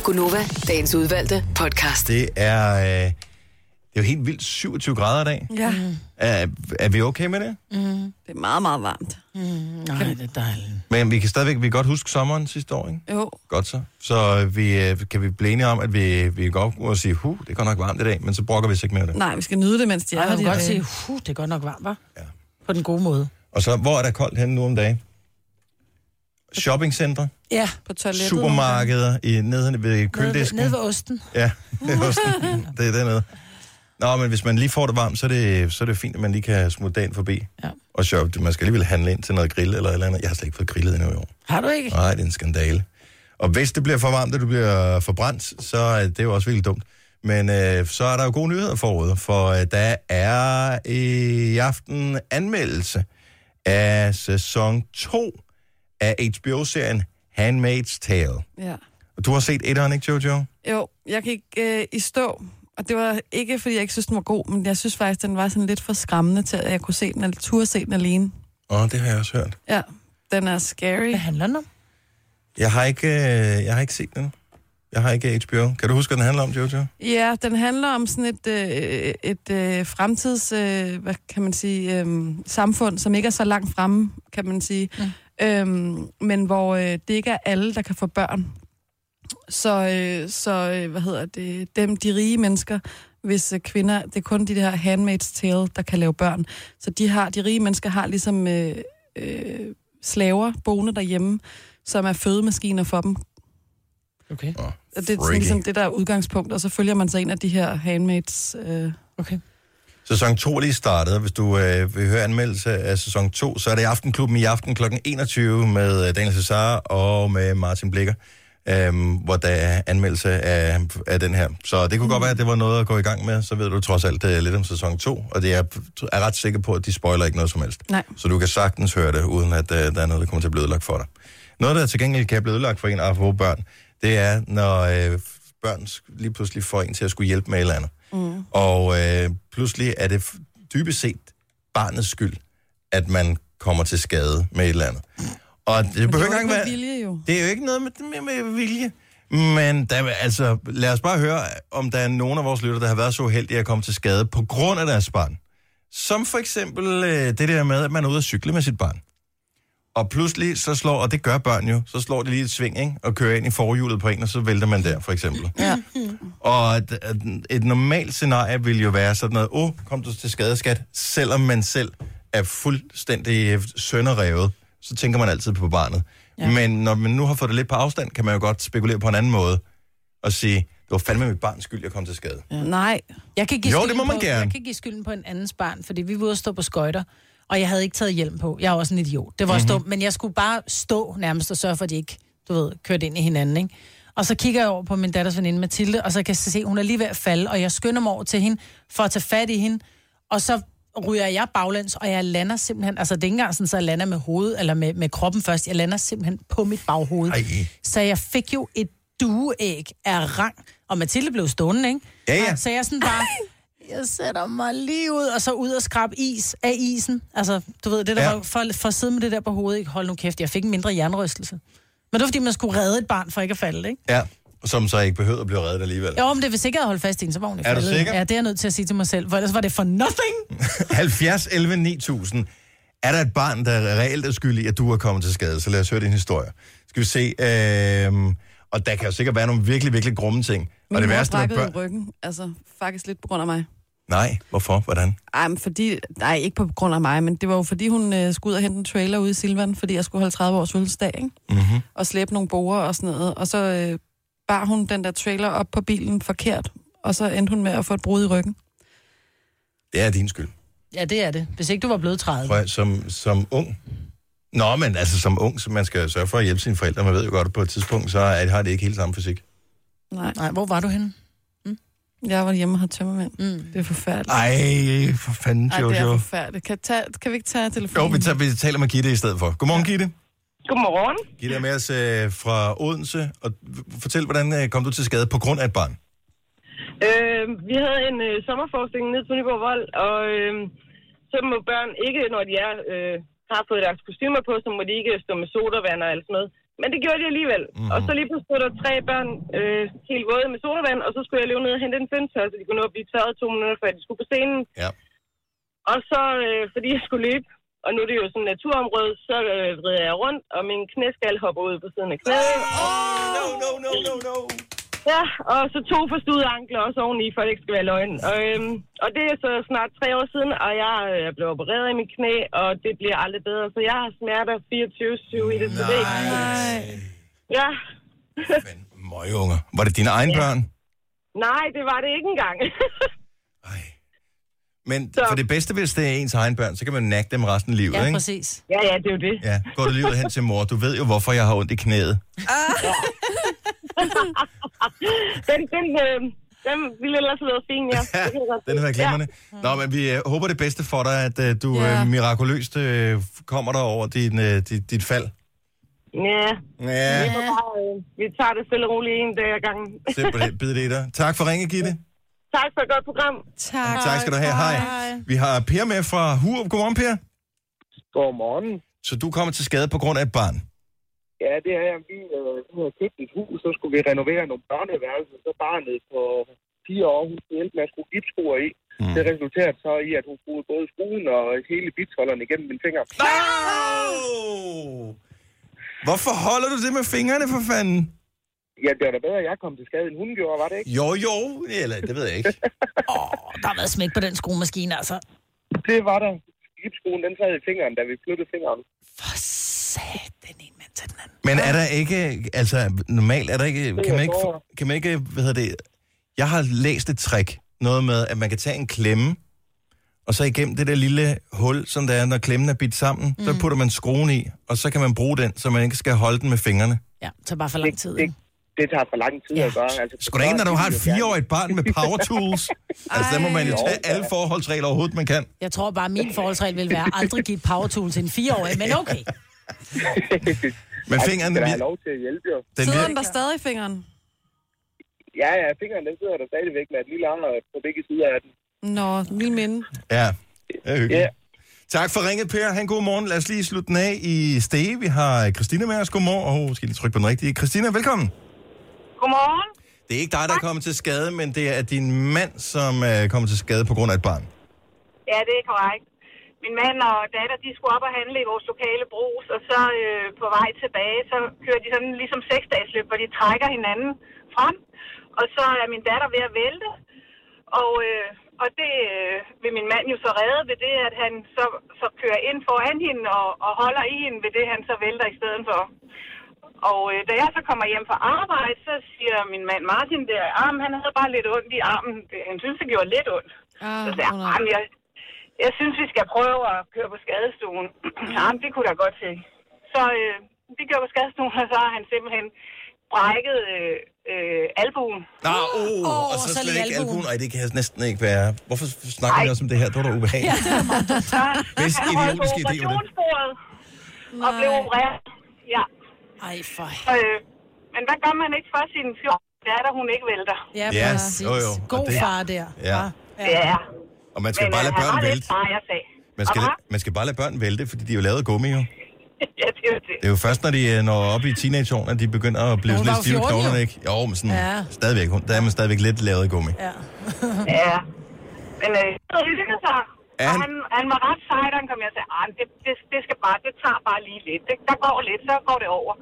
Speaker 3: Gunova, dagens udvalgte podcast.
Speaker 1: Det er... Øh, det jo helt vildt 27 grader i dag.
Speaker 4: Ja. Mm.
Speaker 1: Er, er vi okay med det?
Speaker 4: Mm. Det er meget, meget varmt.
Speaker 2: Mm. Nej, det er dejligt.
Speaker 1: Men vi kan stadigvæk vi kan godt huske sommeren sidste år, ikke?
Speaker 4: Jo.
Speaker 1: Godt så. Så vi, øh, kan vi blive enige om, at vi, vi går op og siger, huh, det er godt nok varmt i dag, men så brokker vi os ikke mere af det.
Speaker 4: Nej, vi skal nyde det, mens de
Speaker 2: Ej,
Speaker 4: er
Speaker 2: man
Speaker 4: her.
Speaker 2: kan
Speaker 4: de
Speaker 2: godt
Speaker 4: her
Speaker 2: sige,
Speaker 4: dage.
Speaker 2: huh, det er godt nok varmt, var. Ja. På den gode måde.
Speaker 1: Og så, hvor er der koldt henne nu om dagen? Shoppingcentre,
Speaker 2: Ja.
Speaker 4: På toilettet.
Speaker 1: supermarkeder, i, nede ved
Speaker 2: Nede ved,
Speaker 1: køledisken.
Speaker 2: nede ved osten.
Speaker 1: Ja, det er også- det er dernede. Nå, men hvis man lige får det varmt, så er det, så er det fint, at man lige kan smutte dagen forbi.
Speaker 2: Ja.
Speaker 1: Og shoppe. Man skal alligevel handle ind til noget grill eller et eller andet. Jeg har slet ikke fået grillet endnu i år.
Speaker 2: Har du ikke?
Speaker 1: Nej, det er en skandale. Og hvis det bliver for varmt, og du bliver forbrændt, så er det jo også virkelig dumt. Men øh, så er der jo gode nyheder forude, for øh, der er i aften anmeldelse af sæson 2 af HBO-serien Handmaid's Tale.
Speaker 4: Ja.
Speaker 1: Og du har set etteren, ikke Jojo?
Speaker 4: Jo, jeg gik øh, i stå, og det var ikke, fordi jeg ikke synes, den var god, men jeg synes faktisk, den var sådan lidt for skræmmende til, at jeg kunne se den, eller turde se den alene.
Speaker 1: Åh, det har jeg også hørt.
Speaker 4: Ja, den er scary.
Speaker 2: Hvad handler den om?
Speaker 1: Jeg har ikke, øh, jeg har ikke set den. Jeg har ikke HBO. Kan du huske, hvad den handler om, Jojo?
Speaker 4: Ja, den handler om sådan et, øh, et øh, fremtids, øh, hvad kan man sige, øh, samfund, som ikke er så langt fremme, kan man sige. Mm. Øhm, men hvor øh, det ikke er alle, der kan få børn. Så, øh, så øh, hvad hedder det, dem, de rige mennesker, hvis øh, kvinder, det er kun de der handmaids tale, der kan lave børn. Så de har, de rige mennesker har ligesom øh, øh, slaver boende derhjemme, som er fødemaskiner for dem,
Speaker 2: Okay.
Speaker 1: Oh,
Speaker 4: og det er sådan, ligesom det, der er udgangspunkt, og så følger man sig en af de her handmaids. Øh...
Speaker 2: Okay.
Speaker 1: Sæson 2 er lige startet. Hvis du øh, vil høre anmeldelse af sæson 2, så er det i Aftenklubben i aften kl. 21 med øh, Daniel Cesar og med Martin Blikker, øhm, hvor der er anmeldelse af, af den her. Så det kunne mm. godt være, at det var noget at gå i gang med. Så ved du trods alt øh, lidt om sæson 2, og det er, er ret sikker på, at de spoiler ikke noget som helst.
Speaker 4: Nej.
Speaker 1: Så du kan sagtens høre det, uden at øh, der er noget, der kommer til at blive ødelagt for dig. Noget, der til gengæld kan blive ødelagt for en af vores børn, det er, når øh, børn sk- lige pludselig får en til at skulle hjælpe med et eller andet. Mm. Og øh, pludselig er det f- dybest set barnets skyld, at man kommer til skade med et eller andet. Og det
Speaker 4: Men det er jo
Speaker 1: behøver ikke
Speaker 4: ikke
Speaker 1: engang
Speaker 4: med
Speaker 1: være...
Speaker 4: vilje, jo.
Speaker 1: Det er jo ikke noget med, med, med vilje. Men der, altså, lad os bare høre, om der er nogen af vores lytter, der har været så uheldige at komme til skade på grund af deres barn. Som for eksempel øh, det der med, at man er ude at cykle med sit barn. Og pludselig så slår, og det gør børn jo, så slår de lige et sving, ikke? Og kører ind i forhjulet på en, og så vælter man der, for eksempel.
Speaker 4: Ja.
Speaker 1: Og et, et- et normalt scenarie vil jo være sådan noget, åh, oh, kom du til skade, skat, selvom man selv er fuldstændig øh, sønderrevet, så tænker man altid på barnet. Ja. Men når man nu har fået det lidt på afstand, kan man jo godt spekulere på en anden måde og sige, det var fandme mit barns skyld, jeg kom til skade. Ja.
Speaker 4: Nej.
Speaker 2: Jeg kan give
Speaker 1: Jo, det
Speaker 2: skylden
Speaker 1: må man
Speaker 2: på,
Speaker 1: gerne.
Speaker 2: Jeg kan give skylden på en andens barn, fordi vi var ude og stå på skøjter, og jeg havde ikke taget hjelm på. Jeg er også en idiot. Det var
Speaker 1: Mhm.
Speaker 2: mm-hmm. dumt, men jeg skulle bare stå nærmest og sørge for, at de ikke, du ved, kørte ind i hinanden, ikke? Og så kigger jeg over på min datters veninde Mathilde, og så kan jeg se, at hun er lige ved at falde, og jeg skynder mig over til hende for at tage fat i hende, og så ryger jeg baglæns, og jeg lander simpelthen, altså det er ikke engang sådan, så jeg lander med hovedet, eller med, med kroppen først, jeg lander simpelthen på mit baghoved.
Speaker 1: Ej.
Speaker 2: Så jeg fik jo et dueæg af rang, og Mathilde blev stående, ikke?
Speaker 1: Ja, ja.
Speaker 2: Så jeg sådan bare, jeg sætter mig lige ud, og så ud og skrabe is af isen. Altså, du ved, det der
Speaker 1: Ja.
Speaker 2: ja. var for, for at sidde med det der på hovedet, ikke? Hold nu kæft, jeg fik en mindre jernrystelse. Men det var, fordi man skulle redde et barn for ikke at falde, ikke?
Speaker 1: ja. Som så ikke behøvede at blive reddet alligevel.
Speaker 2: Jo, men det vil sikkert holde fast i en, så var hun ikke
Speaker 1: Er du
Speaker 2: faldet.
Speaker 1: sikker? Mm.
Speaker 2: Ja, det er jeg nødt til at sige til mig selv, for ellers var det for nothing.
Speaker 1: 70 11 9000. Er der et barn, der er reelt er skyldig, at du er kommet til skade? Så lad os høre din historie. Skal vi se. Øhm, og der kan jo sikkert være nogle virkelig, virkelig grumme ting. og
Speaker 4: Min
Speaker 1: det
Speaker 4: mor
Speaker 1: værste med
Speaker 4: brækkede
Speaker 1: børn...
Speaker 4: ryggen, altså faktisk lidt på grund af mig.
Speaker 1: Nej, hvorfor? Hvordan?
Speaker 4: Ej, men fordi, nej, ikke på grund af mig, men det var jo fordi, hun øh, skulle ud og hente en trailer ude i Silvan, fordi jeg skulle holde 30 års fødselsdag, ikke?
Speaker 1: Mm-hmm.
Speaker 4: og slæbe nogle borer og sådan noget. Og så øh, bar hun den der trailer op på bilen forkert, og så endte hun med at få et brud i ryggen.
Speaker 1: Det er din skyld.
Speaker 2: Ja, det er det. Hvis ikke du var blevet 30.
Speaker 1: Prøv, at- som, som ung... Nå, men altså som ung, så man skal jo sørge for at hjælpe sine forældre. Man ved jo godt, at på et tidspunkt, så er, har det ikke helt samme fysik.
Speaker 4: Nej,
Speaker 2: Nej, hvor var du henne?
Speaker 4: jeg var hjemme og havde tømmermænd. Mm. Det er forfærdeligt.
Speaker 1: Ej, for fanden,
Speaker 4: Ej, det er forfærdeligt. Kan, tage, kan vi ikke tage telefonen?
Speaker 1: Jo, vi, tager, vi taler med Gitte i stedet for. Godmorgen, ja. Gitte.
Speaker 9: Godmorgen.
Speaker 1: Gitte er med os øh, fra Odense. Og v- fortæl, hvordan øh, kom du til skade på grund af et barn?
Speaker 9: Øh,
Speaker 11: Øhm,
Speaker 9: vi havde en øh, sommerforestilling nede på Nyborg Vold, og øh,
Speaker 11: øhm,
Speaker 9: så må børn ikke, når de er, øh, har fået deres kostymer på, så må de ikke stå med sodavand og alt sådan noget.
Speaker 11: Men det gjorde de alligevel. Mm-hmm. Og så lige pludselig stod der tre børn øh, helt våde med sodavand, og så skulle jeg løbe ned og hente en føntør, så de kunne nå at blive tørret to minutter, før de skulle på scenen.
Speaker 1: Ja.
Speaker 11: Og så, øh, fordi jeg skulle løbe, og nu er det jo sådan et naturområde, så øh, vrider jeg rundt, og min knæskal hopper ud på siden af knæet. Oh, no, no, no, no, no. Ja, og så to forstuede ankler også oveni, for det ikke skal være løgn. Og, øhm, og det er så snart tre år siden, og jeg øh, er blevet opereret i mit knæ, og det bliver aldrig bedre. Så jeg har smerter 24-7 i det til dag.
Speaker 1: Nej.
Speaker 11: Ja.
Speaker 1: Møgunger. Var det dine egne ja. børn?
Speaker 11: Nej, det var det ikke engang.
Speaker 1: Men så. for det bedste, hvis det er ens egne børn, så kan man nakke dem resten af livet, ikke?
Speaker 2: præcis.
Speaker 11: Ja, ja, det er jo det.
Speaker 1: Ja, går du livet hen til mor, du ved jo, hvorfor jeg har ondt i knæet.
Speaker 11: den, den, øh, den ville ellers have været fin, ja. Det kan jeg godt
Speaker 1: Den
Speaker 11: se.
Speaker 1: her glimrende. Ja. Nå, men vi øh, håber det bedste for dig, at øh, du
Speaker 11: Ja.
Speaker 1: øh, mirakuløst øh, kommer dig over din, øh, dit, dit fald.
Speaker 11: Ja.
Speaker 1: Ja.
Speaker 11: Vi, må bare, øh, vi tager det stille og roligt en dag ad gangen.
Speaker 1: Simpelthen, bid det i dig. Tak for ringe, Gitte.
Speaker 11: tak for et godt program. Tak.
Speaker 1: tak skal du have. Hej. Vi har Per med fra Hurup. Godmorgen, Per.
Speaker 12: Godmorgen.
Speaker 1: Så du kommer til skade på grund af et barn.
Speaker 12: Ja, det er, at vi, øh, vi har købt et hus, så skulle vi renovere nogle børneværelser, så barnet på fire år, hun skulle hjælpe med at skrue gipsskruer i. Mm. Det resulterede så i, at hun skruede både skruen og hele bitsholderen igennem min finger.
Speaker 1: Oh! Hvorfor holder du det med fingrene, for fanden?
Speaker 12: Ja, det var da bedre, at jeg kom til skade, end hun gjorde, var det ikke?
Speaker 1: Jo, jo, eller det ved jeg ikke.
Speaker 2: Der har været smæk på den skruemaskine, altså.
Speaker 12: Det var der. Gipskruen, den sad i fingeren, da vi flyttede fingeren.
Speaker 2: For satan.
Speaker 1: Men er der ikke, altså normalt er der ikke, kan man ikke, kan man ikke, hvad hedder det, jeg har læst et trick, noget med, at man kan tage en klemme, og så igennem det der lille hul, som der er, når klemmen er bidt sammen, mm. så putter man skruen i, og så kan man bruge den, så man ikke skal holde den med fingrene.
Speaker 2: Ja, det tager bare for lang tid.
Speaker 12: Det, det tager for lang tid ja. at gøre. Altså,
Speaker 1: Skulle da ikke, når du har et fireårigt barn med power tools? altså, der må man jo
Speaker 12: Ej.
Speaker 1: tage alle forholdsregler overhovedet, man kan.
Speaker 2: Jeg tror bare, min forholdsregel vil være aldrig give et power tool til en fireårig, men okay.
Speaker 1: Men
Speaker 12: Ej,
Speaker 1: fingrene,
Speaker 12: skal da
Speaker 1: vi-
Speaker 12: have lov til at hjælpe, jo.
Speaker 1: Den
Speaker 4: Sidder den der stadig i fingeren?
Speaker 12: Ja, ja, fingeren den sidder der stadigvæk med et lille arm på begge sider af den.
Speaker 4: Nå, en lille minde.
Speaker 1: Ja, det er hyggeligt. Yeah. Tak for ringet, Per. Han god morgen. Lad os lige slutte den af i Stege. Vi har Christina med os. Godmorgen. Åh, oh, skal lige trykke på den rigtige. Christina, velkommen.
Speaker 11: Godmorgen.
Speaker 1: Det er ikke dig, der er kommet til skade, men det er din mand, som øh, er kommet til skade på grund af et barn.
Speaker 11: Ja, det er korrekt. Min mand og datter, de skulle op og handle i vores lokale brus, og så øh, på vej tilbage, så kører de sådan ligesom seksdagsløb, hvor de trækker hinanden frem. Og så er min datter ved at vælte, og, øh, og det øh, vil min mand jo så redde ved det, at han så, så kører ind foran hende og, og holder i hende ved det, han så vælter i stedet for. Og øh, da jeg så kommer hjem fra arbejde, så siger min mand Martin der, arm, han havde bare lidt ondt i armen. Det- Han synes, det gjorde lidt ondt.
Speaker 4: Ah,
Speaker 11: så sagde jeg, "Jamen, jeg, jeg synes, vi skal prøve at køre på skadestuen. Jamen, det kunne da godt se. Så øh, vi kører på skadestuen, og så har han simpelthen brækket øh, øh, albuen.
Speaker 1: Ah, oh, oh, og så, slet ikke albuen. Ej, det kan jeg næsten ikke være. Hvorfor snakker vi også om det her? Det var da ubehageligt. Bedst
Speaker 11: Han røg på
Speaker 1: idiotisk idé, var det.
Speaker 11: operationsbordet og blev opereret. Ja.
Speaker 2: Ej, for
Speaker 11: øh, Men hvad gør man ikke for sin 14 datter, hun ikke vælter?
Speaker 2: Ja,
Speaker 1: Ja, præcis. jo, jo, og
Speaker 2: God
Speaker 1: det-
Speaker 2: far der.
Speaker 1: Ja.
Speaker 11: Ja.
Speaker 1: Og man skal
Speaker 11: Men,
Speaker 1: bare
Speaker 11: øh,
Speaker 1: lade
Speaker 11: han
Speaker 1: børn
Speaker 11: var lidt
Speaker 1: vælte.
Speaker 11: far, jeg sagde.
Speaker 1: Man skal,
Speaker 11: Aha.
Speaker 1: man skal bare lade børn vælte, fordi de er jo lavet af gummi, jo.
Speaker 11: ja, det er jo det.
Speaker 1: Det er jo først, når de øh, når op i teenageårene, at de begynder at blive
Speaker 11: Hun
Speaker 1: sådan
Speaker 11: var
Speaker 1: lidt
Speaker 11: jo
Speaker 1: stive i
Speaker 11: 14 jo.
Speaker 1: knoglerne, ikke? Jo, men sådan,
Speaker 11: Ja.
Speaker 1: ja. stadigvæk, hun- der er man stadigvæk lidt lavet af gummi.
Speaker 2: Ja.
Speaker 11: ja. Men øh, så hyggede sig.
Speaker 1: Er
Speaker 11: Og
Speaker 1: han-
Speaker 11: han, han var ret sej, da han kom jeg og sagde, "Ah, men det, det, det, skal bare, det tager bare lige lidt. Det, der går lidt, så går det over.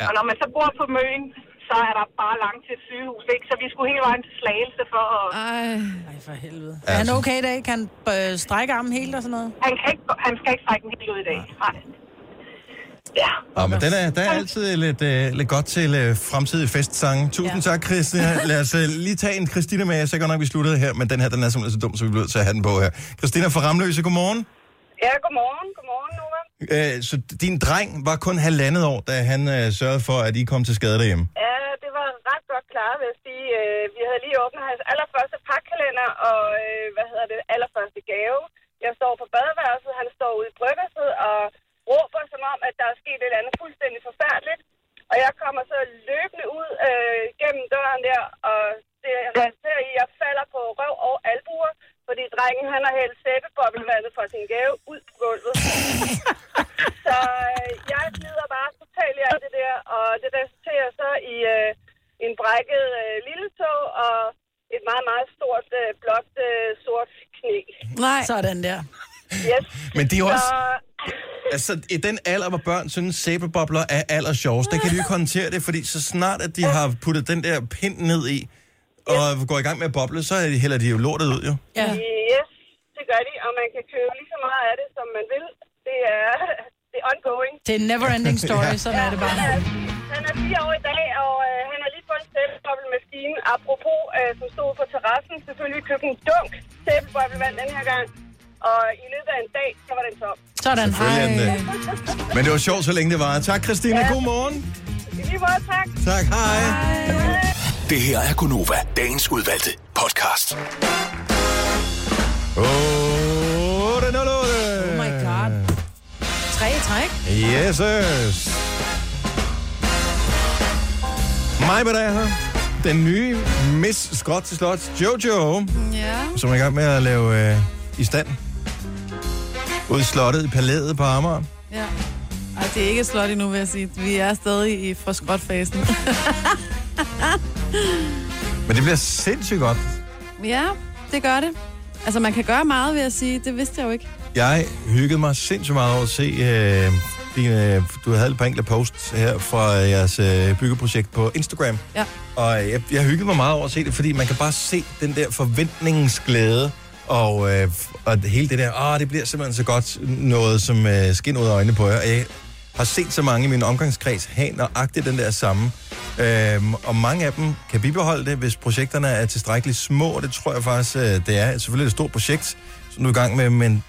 Speaker 11: Ja. Og når man så bor på Møn, så er der bare langt til et sygehus, ikke? Så vi skulle hele vejen til Slagelse for at...
Speaker 2: Ej. Ej, for helvede. Er han okay i dag? Kan han øh, strække armen helt og sådan noget?
Speaker 11: Han, kan ikke, han skal ikke strække den helt ud i dag. Nej.
Speaker 1: Ja, men den er, der er altid lidt, øh, lidt godt til øh, fremtidige festsange. Tusind ja. tak, Christina. Lad os øh, lige tage en Christina med. Jeg er godt nok, vi sluttede her, men den her den er simpelthen så dum, så vi bliver nødt til at have den på her. Christina fra Ramløse, godmorgen.
Speaker 13: Ja, godmorgen. Godmorgen, Nova.
Speaker 1: Øh, så din dreng var kun halvandet år, da han øh, sørgede for, at I kom til skade derhjemme.
Speaker 13: Ja, det var ret godt klaret, vil jeg sige. Øh, Vi havde lige åbnet hans allerførste pakkalender og, øh, hvad hedder det, allerførste gave. Jeg står på badeværelset, han står ude i bryggerset og råber som om, at der er sket et eller andet fuldstændig forfærdeligt. Og jeg kommer så løbende ud øh, gennem døren der, og det resulterer i, at jeg falder på røv og albuer, fordi drengen han har hældt sæbebobbelvandet fra sin gave ud på gulvet. Så øh, jeg glider bare totalt i alt det der, og øh, meget stort, øh, blåt, øh, sort knæ.
Speaker 2: Nej. Sådan der.
Speaker 13: Yes.
Speaker 1: Men det er jo også-
Speaker 13: Så,
Speaker 1: Altså, i den alder, hvor børn synes, sæbebobler er allersjovest, der kan de jo ikke håndtere det, fordi så snart, at de har puttet den der pind ned i, og går i gang med at boble, så er de- hælder de jo lortet ud, jo.
Speaker 13: ja. yes, det gør de, og man kan købe lige så meget af det, som man vil. Det er, det er ongoing.
Speaker 2: Det er en never-ending story,
Speaker 1: Ja.
Speaker 2: sådan er det bare.
Speaker 13: Han er, han er fire år i dag, og øh, han har lige fået en sæbeboblemaskine. Apropos, øh, som stod på terrassen, selvfølgelig købte en dunk sæbeboblevand den her gang. Og i løbet af en dag, så var den tom.
Speaker 2: Sådan.
Speaker 1: Selvfølgelig er den det. Men det var sjovt, så længe det var. Tak, Christina. God morgen.
Speaker 13: I lige måde, tak.
Speaker 1: Tak, hej.
Speaker 5: Det her er Gunova, dagens udvalgte podcast.
Speaker 1: 808. Oh
Speaker 2: my god. Tre i træk.
Speaker 1: Yes, yes. Mig, hvad der er her. Den nye Miss Scott til Slot, Jojo,
Speaker 4: Ja.
Speaker 1: som er i gang med at lave øh, i stand. Ud i slottet i palæet på Amager.
Speaker 4: ja. Ej, det er ikke et slot endnu, vil jeg sige. Vi er stadig i froskrot-fasen.
Speaker 1: Men det bliver sindssygt godt.
Speaker 4: ja, det gør det. Altså, man kan gøre meget, vil jeg sige. Det vidste jeg jo ikke.
Speaker 1: Jeg hyggede mig sindssygt meget over at se øh, dine, øh, du havde et par enkelte posts her fra jeres øh, byggeprojekt på Instagram.
Speaker 4: Ja.
Speaker 1: Og jeg, jeg hyggede mig meget over at se det, fordi man kan bare se den der forventningens glæde, og, øh, og hele det der, ah, det bliver simpelthen så godt, noget som øh, skinner ud af øjnene på jer. Og Jeg har set så mange i min omgangskreds have nøjagtigt den der samme. Øhm, og mange af dem kan bibeholde det, hvis projekterne er tilstrækkeligt små, og det tror jeg faktisk, øh, det er. Selvfølgelig er det et stort projekt, som du er i gang med, men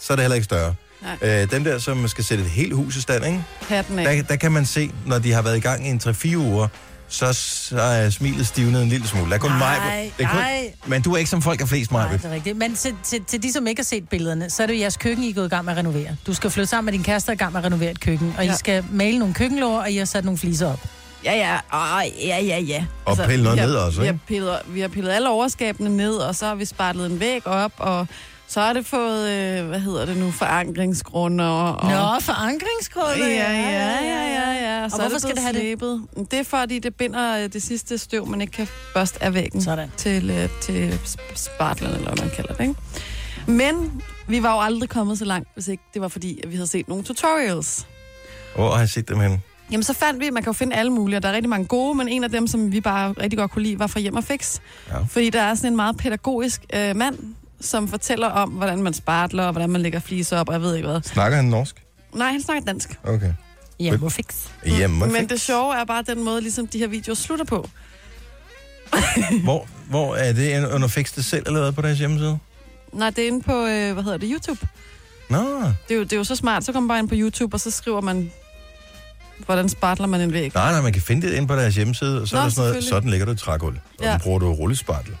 Speaker 1: så er det heller ikke større.
Speaker 4: Nej.
Speaker 1: Øh, dem der, som skal sætte et helt hus i stand, ikke?
Speaker 4: Hatten af.
Speaker 1: Der, der kan man se, når de har været i gang i en 3-4 uger, så, så er smilet stivnet en lille smule. Der er kun
Speaker 2: Nej,
Speaker 1: mig. Det er
Speaker 2: nej.
Speaker 1: kun, men du er ikke som folk er flest,
Speaker 2: Nej,
Speaker 1: mig.
Speaker 2: det er rigtigt. Men til, til, til de, som ikke har set billederne, så er det jo jeres køkken, I er gået i gang med at renovere. Du skal flytte sammen med din kæreste og i gang med at renovere et køkken. Og ja.
Speaker 4: Ja.
Speaker 2: I skal male nogle køkkenlåger, og I har sat nogle fliser op.
Speaker 4: Ja, ja. Ej, ja, ja, ja. Altså,
Speaker 1: Og pille noget
Speaker 4: vi har,
Speaker 1: ned også,
Speaker 4: vi
Speaker 1: ikke?
Speaker 4: har, pillet, vi har pillet alle overskabene ned, og så har vi spartlet en væg op, og så har det fået, øh, hvad hedder det nu, forankringsgrunde. Og, og...
Speaker 2: Nå, forankringsgrunde.
Speaker 4: Ja, ja, ja, ja, ja.
Speaker 2: Og
Speaker 4: Så
Speaker 2: hvorfor skal det have det?
Speaker 4: det? Det er fordi, det binder øh, det sidste støv, man ikke kan børste af væggen Sådan. til, øh, til sp- spartlen, eller hvad man kalder det, ikke? Men vi var jo aldrig kommet så langt, hvis ikke det var fordi, at vi havde set nogle tutorials.
Speaker 1: Hvor har jeg set dem henne?
Speaker 4: Jamen så fandt vi, man kan jo finde alle mulige, og der er rigtig mange gode, men en af dem, som vi bare rigtig godt kunne lide, var fra Hjem og Fix.
Speaker 1: Ja.
Speaker 4: Fordi der er sådan en meget pædagogisk øh, mand, som fortæller om, hvordan man spartler, og hvordan man lægger fliser op, og jeg ved ikke hvad.
Speaker 1: Snakker han norsk?
Speaker 4: Nej, han snakker dansk.
Speaker 1: Okay.
Speaker 2: Hjem og fix.
Speaker 1: Hjem og
Speaker 4: Men
Speaker 1: fix.
Speaker 4: det sjove er bare den måde, ligesom de her videoer slutter på.
Speaker 1: Hvor, hvor er det under fix det selv allerede på deres hjemmeside?
Speaker 4: Nej, det er inde på, øh, hvad hedder det, YouTube.
Speaker 1: Nå,
Speaker 4: Det er, jo, det er jo så smart, så kommer man bare ind på YouTube, og så skriver man, hvordan spartler man en væg.
Speaker 1: nej, nej, man kan finde det inde på deres hjemmeside, og så Nå,
Speaker 4: Nå,
Speaker 1: er der sådan noget,
Speaker 4: selvfølgelig.
Speaker 1: sådan ligger du et trægulv, sådan ja.
Speaker 4: Ja.
Speaker 1: bruger du rullespartel.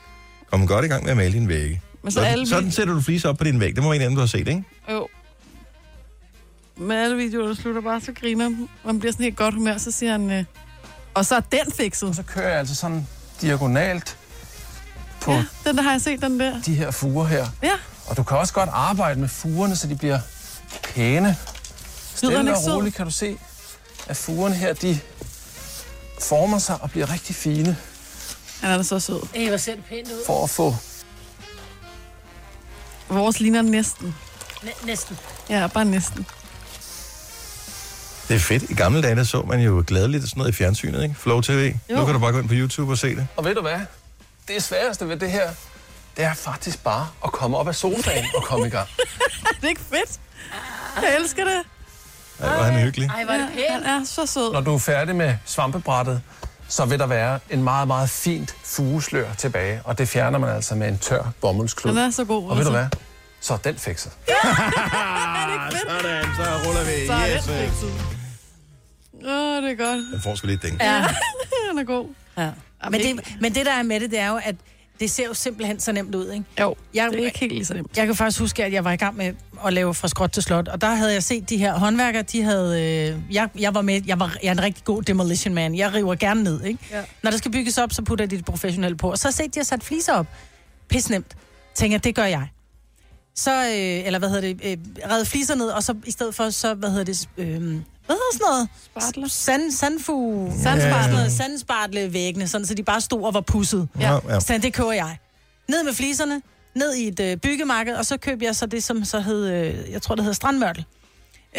Speaker 1: Kom godt i gang med at male din vægge.
Speaker 4: Men så
Speaker 1: sådan,
Speaker 4: Altså, alle vi-
Speaker 1: sådan sætter du fliser op på din væg. Det må være en af dem, du har set, ikke?
Speaker 4: Jo. Men alle videoerne slutter bare, så griner han. Man bliver sådan helt godt humør, så siger han, øh, og så er den fikset. Så
Speaker 14: kører jeg altså sådan diagonalt på ja.
Speaker 4: Den der har jeg set, den der.
Speaker 14: de her fuger her.
Speaker 4: Ja.
Speaker 14: Og du kan også godt arbejde med fugerne, så de bliver pæne.
Speaker 4: den
Speaker 14: Stille
Speaker 4: ikke
Speaker 14: og
Speaker 4: sød?
Speaker 14: roligt kan du se, at fugerne her, de former sig og bliver rigtig fine
Speaker 4: Han er da så sød.
Speaker 2: Ej, hvor ser det pænt ud.
Speaker 14: for at få...
Speaker 4: Vores ligner næsten.
Speaker 2: Næ- næsten.
Speaker 4: Ja, bare næsten.
Speaker 1: Det er fedt. I gamle dage, der så man jo glædeligt sådan noget i fjernsynet, ikke? Flow TV. Jo.
Speaker 14: Jo.
Speaker 1: Nu kan du bare gå ind på YouTube og se det.
Speaker 14: Og ved du hvad? Det sværeste ved det her, det er faktisk bare at komme op af sofaen og komme i gang.
Speaker 4: det er ikke fedt. Jeg elsker det.
Speaker 1: Ej, hvor er han hyggelig.
Speaker 4: Ej, hvor er det pænt. Han er så sød.
Speaker 14: Når du er færdig med svampebrættet, så vil der være en meget, meget fint fugeslør tilbage, og det fjerner man altså med en tør bomuldsklud.
Speaker 4: Den er så god,
Speaker 14: Og ved
Speaker 4: altså.
Speaker 14: du hvad? Så er den fikset.
Speaker 1: Sådan, så ruller vi.
Speaker 4: Så er
Speaker 1: Yes,
Speaker 4: den
Speaker 1: øh.
Speaker 4: fikset. Åh, det er godt.
Speaker 1: Den får sgu lidt ding.
Speaker 2: Ja.
Speaker 4: Han er god.
Speaker 2: Ja. Men, det, men det, der er med det, det er jo, at det ser jo simpelthen så nemt ud, ikke?
Speaker 4: Jo,
Speaker 2: jeg,
Speaker 4: det er ikke helt lige så nemt.
Speaker 2: Jeg kan faktisk huske, at jeg var i gang med at lave fra skråt til slot, og der havde jeg set de her håndværkere, de havde... Øh, jeg, jeg, var med, jeg, var, jeg er en rigtig god demolition man, jeg river gerne ned, ikke? Ja. Når der skal bygges op, så putter de det professionelle på. Og så har jeg set, de har sat fliser op. Pis nemt. Tænker, det gør jeg. Så, øh, eller hvad hedder det, øh, redde fliser ned, og så i stedet for, så, hvad hedder det, øh, hvad hedder sådan noget?
Speaker 4: Spartler.
Speaker 2: Sand, sandfu.
Speaker 4: Sandspartle.
Speaker 2: Sandspartle. Sandspartle væggene, sådan, så de bare stod og var pusset.
Speaker 1: Ja. Ja.
Speaker 2: Så det kører jeg. Ned med fliserne, ned i et øh, byggemarked, og så købte jeg så det, som så hed, øh, jeg tror det hedder strandmørtel.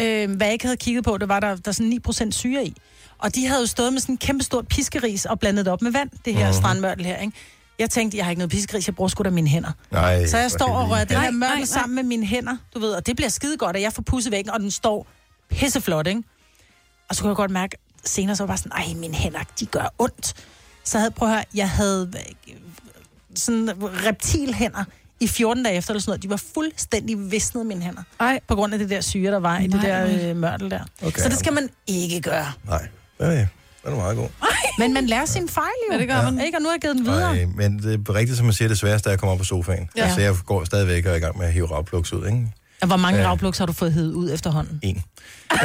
Speaker 2: Øh, hvad jeg ikke havde kigget på, det var, der, der er sådan 9% syre i. Og de havde jo stået med sådan en kæmpe stort piskeris og blandet det op med vand, det her
Speaker 1: Mhm.
Speaker 2: uh-huh. strandmørtel her, ikke? Jeg tænkte, jeg har ikke noget piskeris, jeg bruger sgu da mine hænder.
Speaker 1: Nej,
Speaker 2: så jeg
Speaker 1: for
Speaker 2: står og rører det
Speaker 1: helvede.
Speaker 2: her mørtel sammen med mine hænder, du ved, og det bliver skide godt, og jeg får pusset væk, og den står pisseflot, ikke? Og så kunne jeg godt mærke, senere så var jeg bare sådan, ej, mine hænder, de gør ondt. Så jeg havde, prøv at høre, jeg havde øh, sådan reptilhænder i 14 dage efter, eller sådan noget. De var fuldstændig visnet mine hænder. Ej. På grund af det der syre, der var i det
Speaker 15: Nej,
Speaker 2: der
Speaker 15: nej.
Speaker 2: øh, mørtel der.
Speaker 1: Okay.
Speaker 2: Okay, så det skal man ikke gøre.
Speaker 1: Nej, ja, ja. det er meget god.
Speaker 2: Men man lærer sin fejl jo. Ja, det gør man. Ikke? Og nu har jeg givet den videre.
Speaker 1: Nej, men det er rigtigt, som man siger, det sværeste er at komme op på sofaen. Ja.
Speaker 2: Ja.
Speaker 1: Altså, jeg går stadigvæk og er i gang med at hive ragplugs ud, ikke?
Speaker 2: Og Hvor mange
Speaker 1: Ja.
Speaker 2: ravpluks har du fået hævet ud efterhånden?
Speaker 1: En. øh,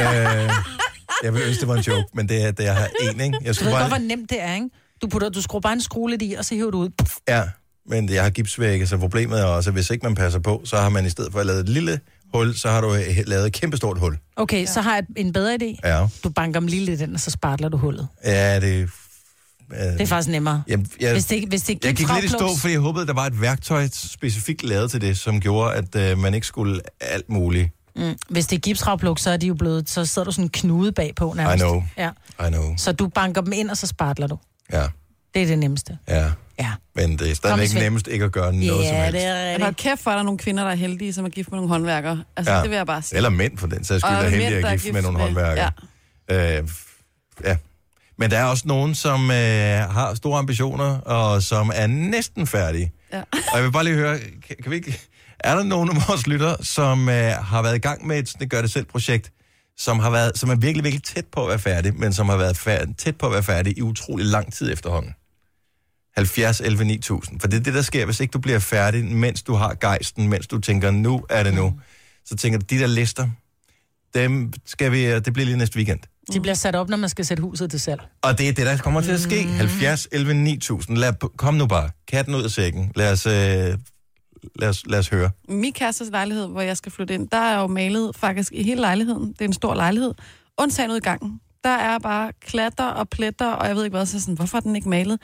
Speaker 1: jeg ville ønske, det var en joke, men det er, det, jeg har en, ikke? Jeg
Speaker 2: Du
Speaker 1: skulle
Speaker 2: ved godt, hvor
Speaker 1: bare...
Speaker 2: nemt det er, ikke? Du, putter, du skruer bare en skrue lidt i, og så hiver du ud. Puff.
Speaker 1: Ja, men jeg har gipsvægge, så problemet er også, at hvis ikke man passer på, så har man i stedet for at lave et lille hul, så har du øh, lavet et kæmpestort hul.
Speaker 2: Okay, ja. så har jeg en bedre idé.
Speaker 1: Ja.
Speaker 2: Du banker dem lige lidt ind, og så spartler du hullet.
Speaker 1: Ja, det... Øh,
Speaker 2: Det er faktisk nemmere.
Speaker 1: Jamen, jeg,
Speaker 2: Hvis det ikke- hvis det ikke
Speaker 1: jeg
Speaker 2: gik
Speaker 1: gik lidt i stå,
Speaker 2: fraplugs.
Speaker 1: fordi jeg håbede, at der var et værktøj specifikt lavet til det, som gjorde, at øh, man ikke skulle alt muligt.
Speaker 2: Mm. Hvis det er gipsravpluk, så er de jo blevet, så sidder du sådan en knude bagpå
Speaker 1: I
Speaker 2: nærmest.
Speaker 1: know.
Speaker 2: Ja.
Speaker 1: I know.
Speaker 2: Så du banker dem ind, og så spartler du.
Speaker 1: Ja,
Speaker 2: Det er det nemmeste.
Speaker 1: ja.
Speaker 2: ja.
Speaker 1: Men det er
Speaker 2: Kom,
Speaker 1: stadigvæk
Speaker 2: Svend.
Speaker 1: nemmest ikke at gøre noget som helst.
Speaker 2: er
Speaker 4: rigtigt. Hold kæft for, at der er nogle kvinder, der er heldige, som er gift med nogle håndværkere. Altså, ja. det vil jeg bare sige.
Speaker 1: Eller mænd, for den sags skyld,
Speaker 4: Og
Speaker 1: der er
Speaker 4: mænd,
Speaker 1: heldige
Speaker 4: der er
Speaker 1: at gifte med
Speaker 4: gift
Speaker 1: nogle
Speaker 4: med-
Speaker 1: håndværkere. Ja. Øh, f- ja. Men der er også nogen, som øh, har store ambitioner, og som er næsten færdige.
Speaker 4: Ja.
Speaker 1: Og jeg vil bare lige høre, kan, kan vi ikke, er der nogen af vores lytter, som øh, har været i gang med et gør-det-selv-projekt, som, har været, som er virkelig, virkelig tæt på at være færdig, men som har været færdig, tæt på at være færdig i utrolig lang tid efterhånden? 70, 11, 9000. For det er det, der sker, hvis ikke du bliver færdig, mens du har gejsten, mens du tænker, nu er det nu. Så tænker du, de der lister, dem skal vi, øh, det bliver lige næste weekend.
Speaker 2: De bliver sat op, når man skal sætte huset til salg.
Speaker 1: Og det er det, der kommer til at ske. 70, 11, 9000. Lad, kom nu bare. Katten ud af sækken. Lad os, øh, lad os, lad os høre.
Speaker 4: Min kærestes lejlighed, hvor jeg skal flytte ind, der er jo malet faktisk i hele lejligheden. Det er en stor lejlighed. Undtagen ud i gangen. Der er bare klatter og pletter, og jeg ved ikke hvad, så er jeg sådan, hvorfor er den ikke malet?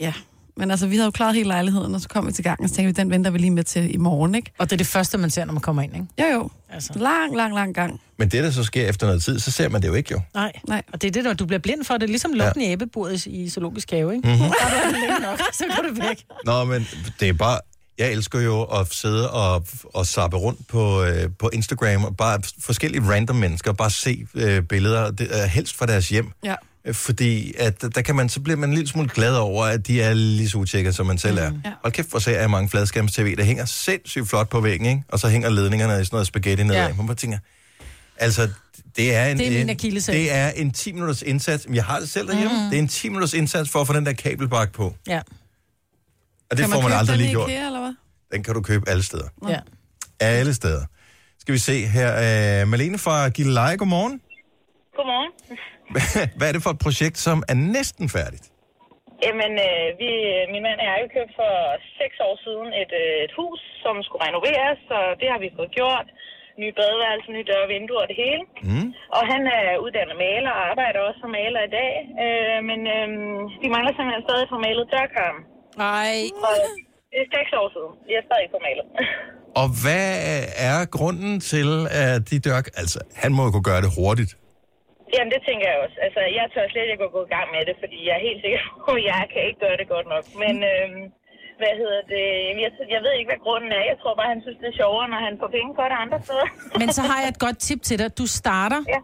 Speaker 4: Ja, men altså, vi havde jo klaret hele lejligheden, og så kom vi til gangen, og så tænkte vi, den venter vi lige med til i morgen, ikke?
Speaker 2: Og det er det første, man ser, når man kommer ind, ikke?
Speaker 4: Jo, jo.
Speaker 2: Altså.
Speaker 4: Lang, lang, lang gang.
Speaker 1: Men det, der så sker efter noget tid, så ser man det jo ikke jo.
Speaker 2: Nej.
Speaker 4: Nej.
Speaker 2: Og det er det, når du bliver blind for. Det er ligesom lukken ja. i æbbebordet i zoologisk have, ikke?
Speaker 1: Mhm.
Speaker 2: Mm-hmm. Der er du længe nok, så går det væk.
Speaker 1: Nå, men det er bare... Jeg elsker jo at sidde og, og sappe rundt på, øh, på Instagram, og bare forskellige random mennesker, bare se øh, billeder, det, øh, helst fra deres hjem.
Speaker 4: Ja.
Speaker 1: Øh, Fordi at, der kan man, så bliver man en lille smule glad over, at de er lige så utjekket, som man selv er. Mm. Hold kæft, hvor ser jeg mange fladskærms-tv, der hænger sindssygt flot på væggen, ikke? Og så hænger ledningerne i sådan noget spaghetti nedad. Ja.
Speaker 2: Ja.
Speaker 1: Man bare tænker, altså, det er en...
Speaker 2: Det er min
Speaker 1: en-
Speaker 2: akilleshæl.
Speaker 1: Det er en 10 minutters indsats. Jeg har det selv derhjemme. Mm.
Speaker 2: Mhm.
Speaker 1: Det er en 10 minutters indsats for at få den der kabelbakke på.
Speaker 2: Ja.
Speaker 1: Og det får man aldrig lige gjort.
Speaker 4: IKEA, eller hvad?
Speaker 1: Den kan du købe alle steder.
Speaker 2: Ja.
Speaker 1: Alle steder. Skal vi se her. Uh, Malene fra Gilleleje, godmorgen.
Speaker 13: Godmorgen.
Speaker 1: Hvad er det for et projekt, som er næsten færdigt?
Speaker 13: Jamen, øh, vi, min mand og jeg har købt for seks år siden et, øh, et hus, som skulle renoveres, og det har vi fået gjort. Nye badeværelse, nye døre, vinduer og det hele.
Speaker 1: Mm.
Speaker 13: Og han er uddannet maler og arbejder også som maler i dag. Øh, men øh, de mangler simpelthen stadig på malet dørkarm.
Speaker 2: Nej.
Speaker 13: Det er seks år siden. Vi er stadig ikke på malet.
Speaker 1: Og hvad øh, er grunden til, at de dør... Altså, han må jo kunne gøre det hurtigt.
Speaker 13: Jamen, det tænker jeg også. Altså, jeg tør slet ikke at gå i gang med det, fordi jeg er helt sikker på, at jeg kan ikke gøre det godt nok. Men, øhm, hvad hedder det? Jeg, jeg ved ikke, hvad grunden er. Jeg tror bare, han synes, det er sjovere, når han får penge for det andre steder.
Speaker 2: Men så har jeg et godt tip til dig. Du starter,
Speaker 13: ja.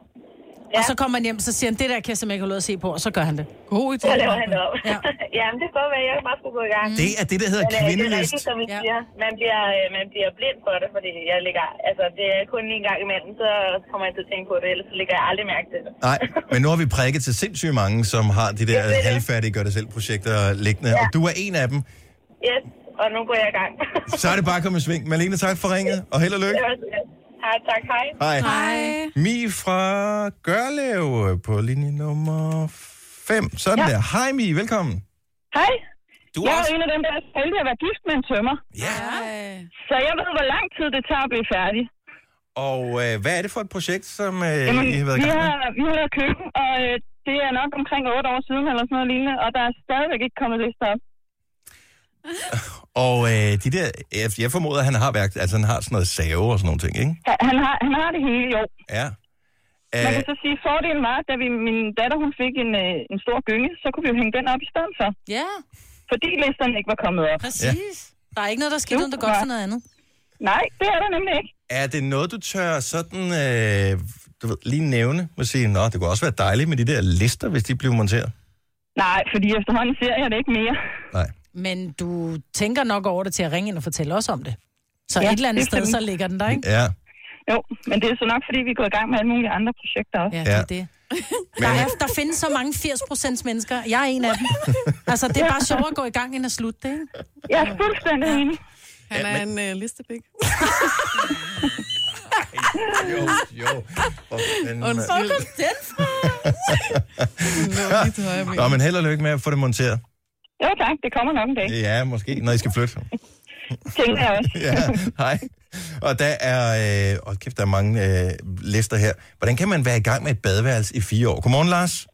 Speaker 2: Ja. og så kommer han hjem, så siger han, det der kan jeg simpelthen ikke holde ud at se på, og så gør han det.
Speaker 4: God
Speaker 13: Så laver han det op. Ja. Jamen, det kan godt være, at jeg bare skulle gå i gang.
Speaker 1: Det er det, der hedder
Speaker 13: Men, øh, Det er
Speaker 1: kvindelist.
Speaker 13: rigtigt, som I siger. Man bliver, øh, man bliver blind for det, fordi jeg ligger... Altså, det er kun en gang imellem, så kommer jeg til at tænke på det, ellers så ligger jeg aldrig mærke til det.
Speaker 1: Nej, men nu har vi prikket til sindssygt mange, som har de der halvfærdige gør-det-selv-projekter liggende, ja. og du er en af dem.
Speaker 13: Yes, og nu går jeg i gang.
Speaker 1: Så er det bare at komme i sving. Malene, tak for ringet, og held og lykke.
Speaker 13: Hej, tak. Hej.
Speaker 1: Hej. Mi fra Gørlev på linje nummer 5. Sådan ja.
Speaker 16: Ja.
Speaker 1: der. Hej Mi, velkommen.
Speaker 16: Hej.
Speaker 1: Du
Speaker 16: Du
Speaker 1: er
Speaker 16: jeg er
Speaker 1: også-
Speaker 16: jo en af dem, der er så heldig at være gift med en tømmer.
Speaker 1: Ja.
Speaker 16: Så jeg ved, hvor lang tid det tager at blive færdig.
Speaker 1: Og øh, hvad er det for et projekt, som øh, I har været i
Speaker 16: vi
Speaker 1: gang med?
Speaker 16: har, vi har været køkken, og øh, det er nok omkring 8 år siden, eller sådan noget lignende, og der er stadigvæk ikke kommet lister op.
Speaker 1: Og øh, de der, jeg, jeg formoder, at han har værkt, altså han har sådan noget save og sådan nogle ting, ikke?
Speaker 16: Han- Han har, han har det hele, jo.
Speaker 1: Ja. Øh,
Speaker 16: Man
Speaker 1: Æh,
Speaker 16: kan så sige, fordelen var, at da vi, min datter hun fik en, øh, en stor gynge, så kunne vi jo hænge den op i stedet for.
Speaker 2: Ja.
Speaker 16: Fordi listerne ikke var kommet op.
Speaker 2: Præcis. Der er ikke noget, der sker, uden det er godt for noget andet.
Speaker 16: Nej, det er der nemlig ikke.
Speaker 1: er det noget, du tør sådan, øh, du ved, lige nævne og sige, nå, det kunne også være dejligt med de der lister, hvis de blev monteret?
Speaker 16: Nej, fordi efterhånden ser jeg det ikke mere.
Speaker 2: Men du tænker nok over det til at ringe ind og fortælle os om det. Så
Speaker 16: Ja,
Speaker 2: ja, et eller andet
Speaker 16: det er
Speaker 2: sted,
Speaker 16: fandme-
Speaker 2: så ligger den der, ikke?
Speaker 1: Ja.
Speaker 16: Jo, men det er så nok, fordi vi er gået i gang med alle mulige andre projekter også.
Speaker 2: Ja, det er det. Der, er, der findes så mange 80 mennesker. Jeg er en af dem. Altså, det er bare sjovt at gå i gang, end at slutte det, ikke?
Speaker 16: Jeg er fuldstændig enig.
Speaker 4: Han er en øh, listepik.
Speaker 1: Jo, jo. Hvor fanden,
Speaker 4: Undskyld. Hvor kom
Speaker 1: mand.
Speaker 2: den fra?
Speaker 4: Nå, lige til højre ben.
Speaker 1: Nå, men held og lykke med at få det monteret.
Speaker 16: Jo tak, det kommer nok en dag.
Speaker 1: Ja, måske, når I skal flytte.
Speaker 16: Tænker jeg også.
Speaker 1: ja, hej. Og der er, øh, åh, kæft, der er mange øh, lister her. Hvordan kan man være i gang med et badeværelse i fire år? Godmorgen, Lars.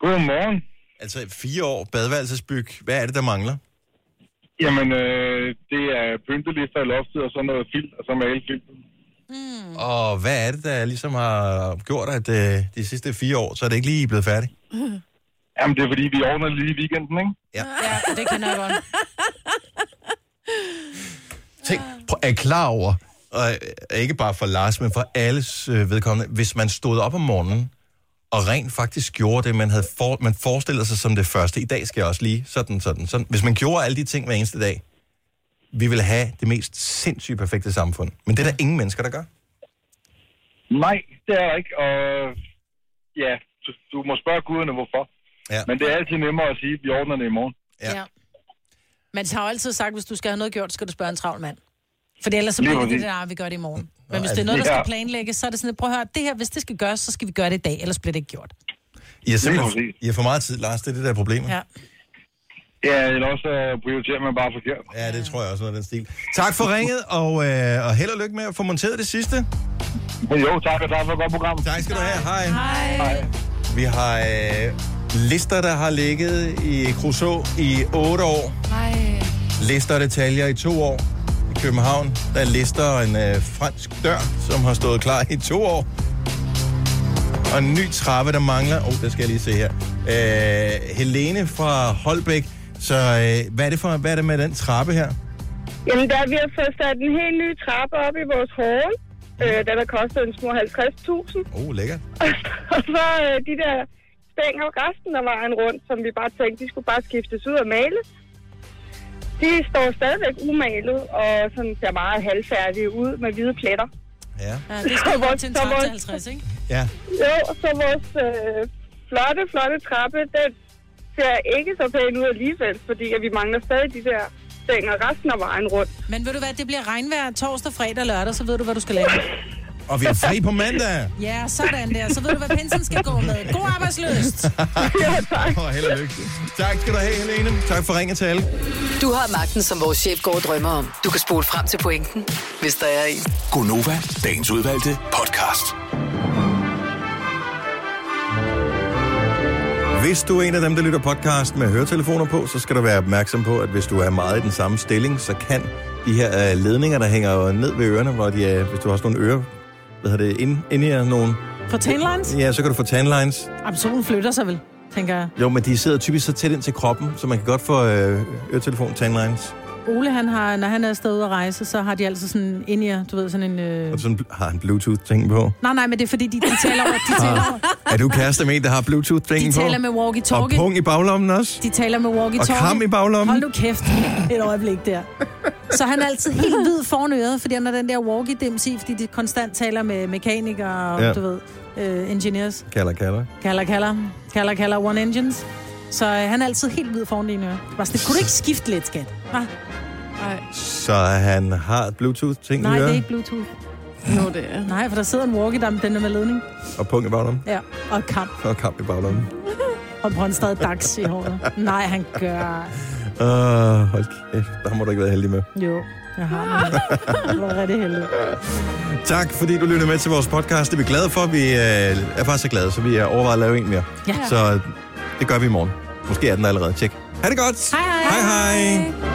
Speaker 15: Godmorgen.
Speaker 1: Altså fire år badeværelsesbyg. Hvad er det, der mangler?
Speaker 9: Jamen, øh, det er pyntelister i loftet, og så noget filt, og så malfilt.
Speaker 1: Mm. Og hvad er det, der ligesom har gjort, at øh, de sidste fire år, så er det ikke lige blevet færdigt?
Speaker 9: Jamen, det er fordi, vi ordner lige i weekenden, ikke?
Speaker 2: Ja, det kender jeg godt.
Speaker 1: Tænk, prøv, er I klar over, og øh, ikke bare for Lars, men for alles øh, vedkommende, hvis man stod op om morgenen, og rent faktisk gjorde det, man, havde for, man forestillede sig som det første. I dag skal jeg også lige sådan, sådan, sådan. Hvis man gjorde alle de ting hver eneste dag, vi ville have det mest sindssygt perfekte samfund. Men det er der ingen mennesker, der gør.
Speaker 9: Nej, det er der ikke, og ja, du, du må spørge guderne, hvorfor.
Speaker 1: Ja.
Speaker 9: Men det er altid nemmere at sige, at vi ordner det i morgen.
Speaker 2: Ja. ja. Man har jo altid sagt, hvis du skal have noget gjort, skal du spørge en travl mand. For ellers så
Speaker 9: Lige
Speaker 2: bliver det det
Speaker 9: præcis.
Speaker 2: der, "Ah, vi gør det i morgen.
Speaker 1: Nå,
Speaker 2: Men hvis
Speaker 1: altså,
Speaker 2: det er noget, der
Speaker 1: ja.
Speaker 2: skal planlægges, så er det sådan, at prøv at høre, det her, hvis det skal gøres, så skal vi gøre det i dag, ellers bliver det ikke gjort.
Speaker 1: I har,
Speaker 9: Lige
Speaker 1: simpelthen, I har for meget tid, Lars. Det er det, der er problemet.
Speaker 2: Ja.
Speaker 9: Ja, eller også øh, prioriterer man bare forkert.
Speaker 1: Ja, det tror jeg også er noget af den stil. Tak for ringet, og, øh, og held og lykke med at få monteret det sidste.
Speaker 9: Jo, tak, og tak for et godt program.
Speaker 1: Tak skal du have. Hej.
Speaker 9: Hej.
Speaker 1: Vi har øh, lister, der har ligget i Kruså i 8 år.
Speaker 4: Nej.
Speaker 1: Lister og detaljer i to år. I København, der lister en øh, fransk dør, som har stået klar i to år. Og en ny trappe, der mangler. Åh, oh, der skal jeg lige se her. Øh, Helene fra Holbæk. Så øh, hvad, er det for, hvad er det med den trappe her?
Speaker 13: Jamen, der vi har fået sat en helt ny trappe op i vores hall. Øh, den har kostet en små 50.000.
Speaker 1: Åh, oh, lækkert.
Speaker 13: Og så øh, de der stænger resten af vejen rundt, som vi bare tænkte, de skulle bare skiftes ud og males. De står stadigvæk umalet og sådan ser meget halvfærdige ud med hvide pletter.
Speaker 1: Ja.
Speaker 2: Ja, det skal jo gå til en trappe til 50, ikke?
Speaker 1: Ja.
Speaker 13: Jo, og så vores øh, flotte, flotte trappe, den ser ikke så pæn ud alligevel, fordi at vi mangler stadig de der stænger resten af vejen rundt.
Speaker 2: Men ved du hvad, det bliver regnvejr torsdag, fredag og lørdag, så ved du, hvad du skal lave.
Speaker 1: Og vi har fri på mandag.
Speaker 2: Ja, sådan der. Så ved du, hvad pensen skal gå med. God arbejdsløst.
Speaker 1: tak. Og held og lykke. Tak skal du have, Helene. Tak for ringet til alle.
Speaker 3: Du har magten, som vores chef går og drømmer om. Du kan spole frem til pointen, hvis der er en.
Speaker 5: Gonova, dagens udvalgte podcast.
Speaker 1: Hvis du er en af dem, der lytter podcast med høretelefoner på, så skal du være opmærksom på, at hvis du er meget i den samme stilling, så kan de her øh, ledninger, der hænger ned ved ørerne, hvor de er, hvis du har sådan nogle ører, hvad hedder det, ind, ind i jer, nogen...
Speaker 2: For tandlines?
Speaker 1: Ja, så kan du få tandlines.
Speaker 2: Jamen, solen flytter sig vel, tænker jeg.
Speaker 1: Jo, men de sidder typisk så tæt ind til kroppen, så man kan godt få øh, øretelefon tandlines.
Speaker 2: Ole, han har, når han er afsted ude at rejse, så har de altid sådan ind i jer, du ved, sådan en... Øh...
Speaker 1: Og sådan bl- har han Bluetooth-ting på.
Speaker 2: Nej, nej, men det er fordi, de, de taler over, de taler over.
Speaker 1: Er du kæreste med en, der har Bluetooth-ting
Speaker 2: De
Speaker 1: på?
Speaker 2: taler med
Speaker 1: Og
Speaker 2: walkie-talkie.
Speaker 1: pung i baglommen også?
Speaker 2: De taler med walkie-talkie.
Speaker 1: Og kram i baglommen.
Speaker 2: Hold nu kæft et øjeblik der. Så han er altid helt hvid foran øret, fordi han har den der walkie-dims i, fordi de konstant taler med mekanikere og,
Speaker 1: Ja.
Speaker 2: ja. du ved, øh, engineers.
Speaker 1: Kalder, kalder.
Speaker 2: Kalder, kalder. Kalder, kalder one engines. Så øh, han er altid helt hvid foran dine ører. Bare sådan, kunne du ikke skifte lidt, skat? Hva? Nej.
Speaker 1: Så han har Bluetooth-ting i
Speaker 2: Nej, det er
Speaker 1: ørerne,
Speaker 2: ikke Bluetooth. Nå, det er. Nej, for der sidder en walkie, der den er med ledning.
Speaker 1: og pung i baglommen,
Speaker 2: Ja, og kamp.
Speaker 1: og kamp i baglommen.
Speaker 2: Og Brøndstad Dax i håret. Nej, han gør...
Speaker 1: Åh, oh, hold kæft. Der må du ikke være heldig med.
Speaker 2: Jo, jeg har ham. Jeg var rigtig heldig.
Speaker 1: Tak, fordi du lyttede med til vores podcast. Det er vi glade for. Vi øh, er faktisk så glade, så vi er overvejet at lave en mere.
Speaker 10: Ja.
Speaker 1: Så det gør vi i morgen. Måske er den der allerede. Tjek. Ha' det godt.
Speaker 2: Hej
Speaker 1: hej. hej, hej.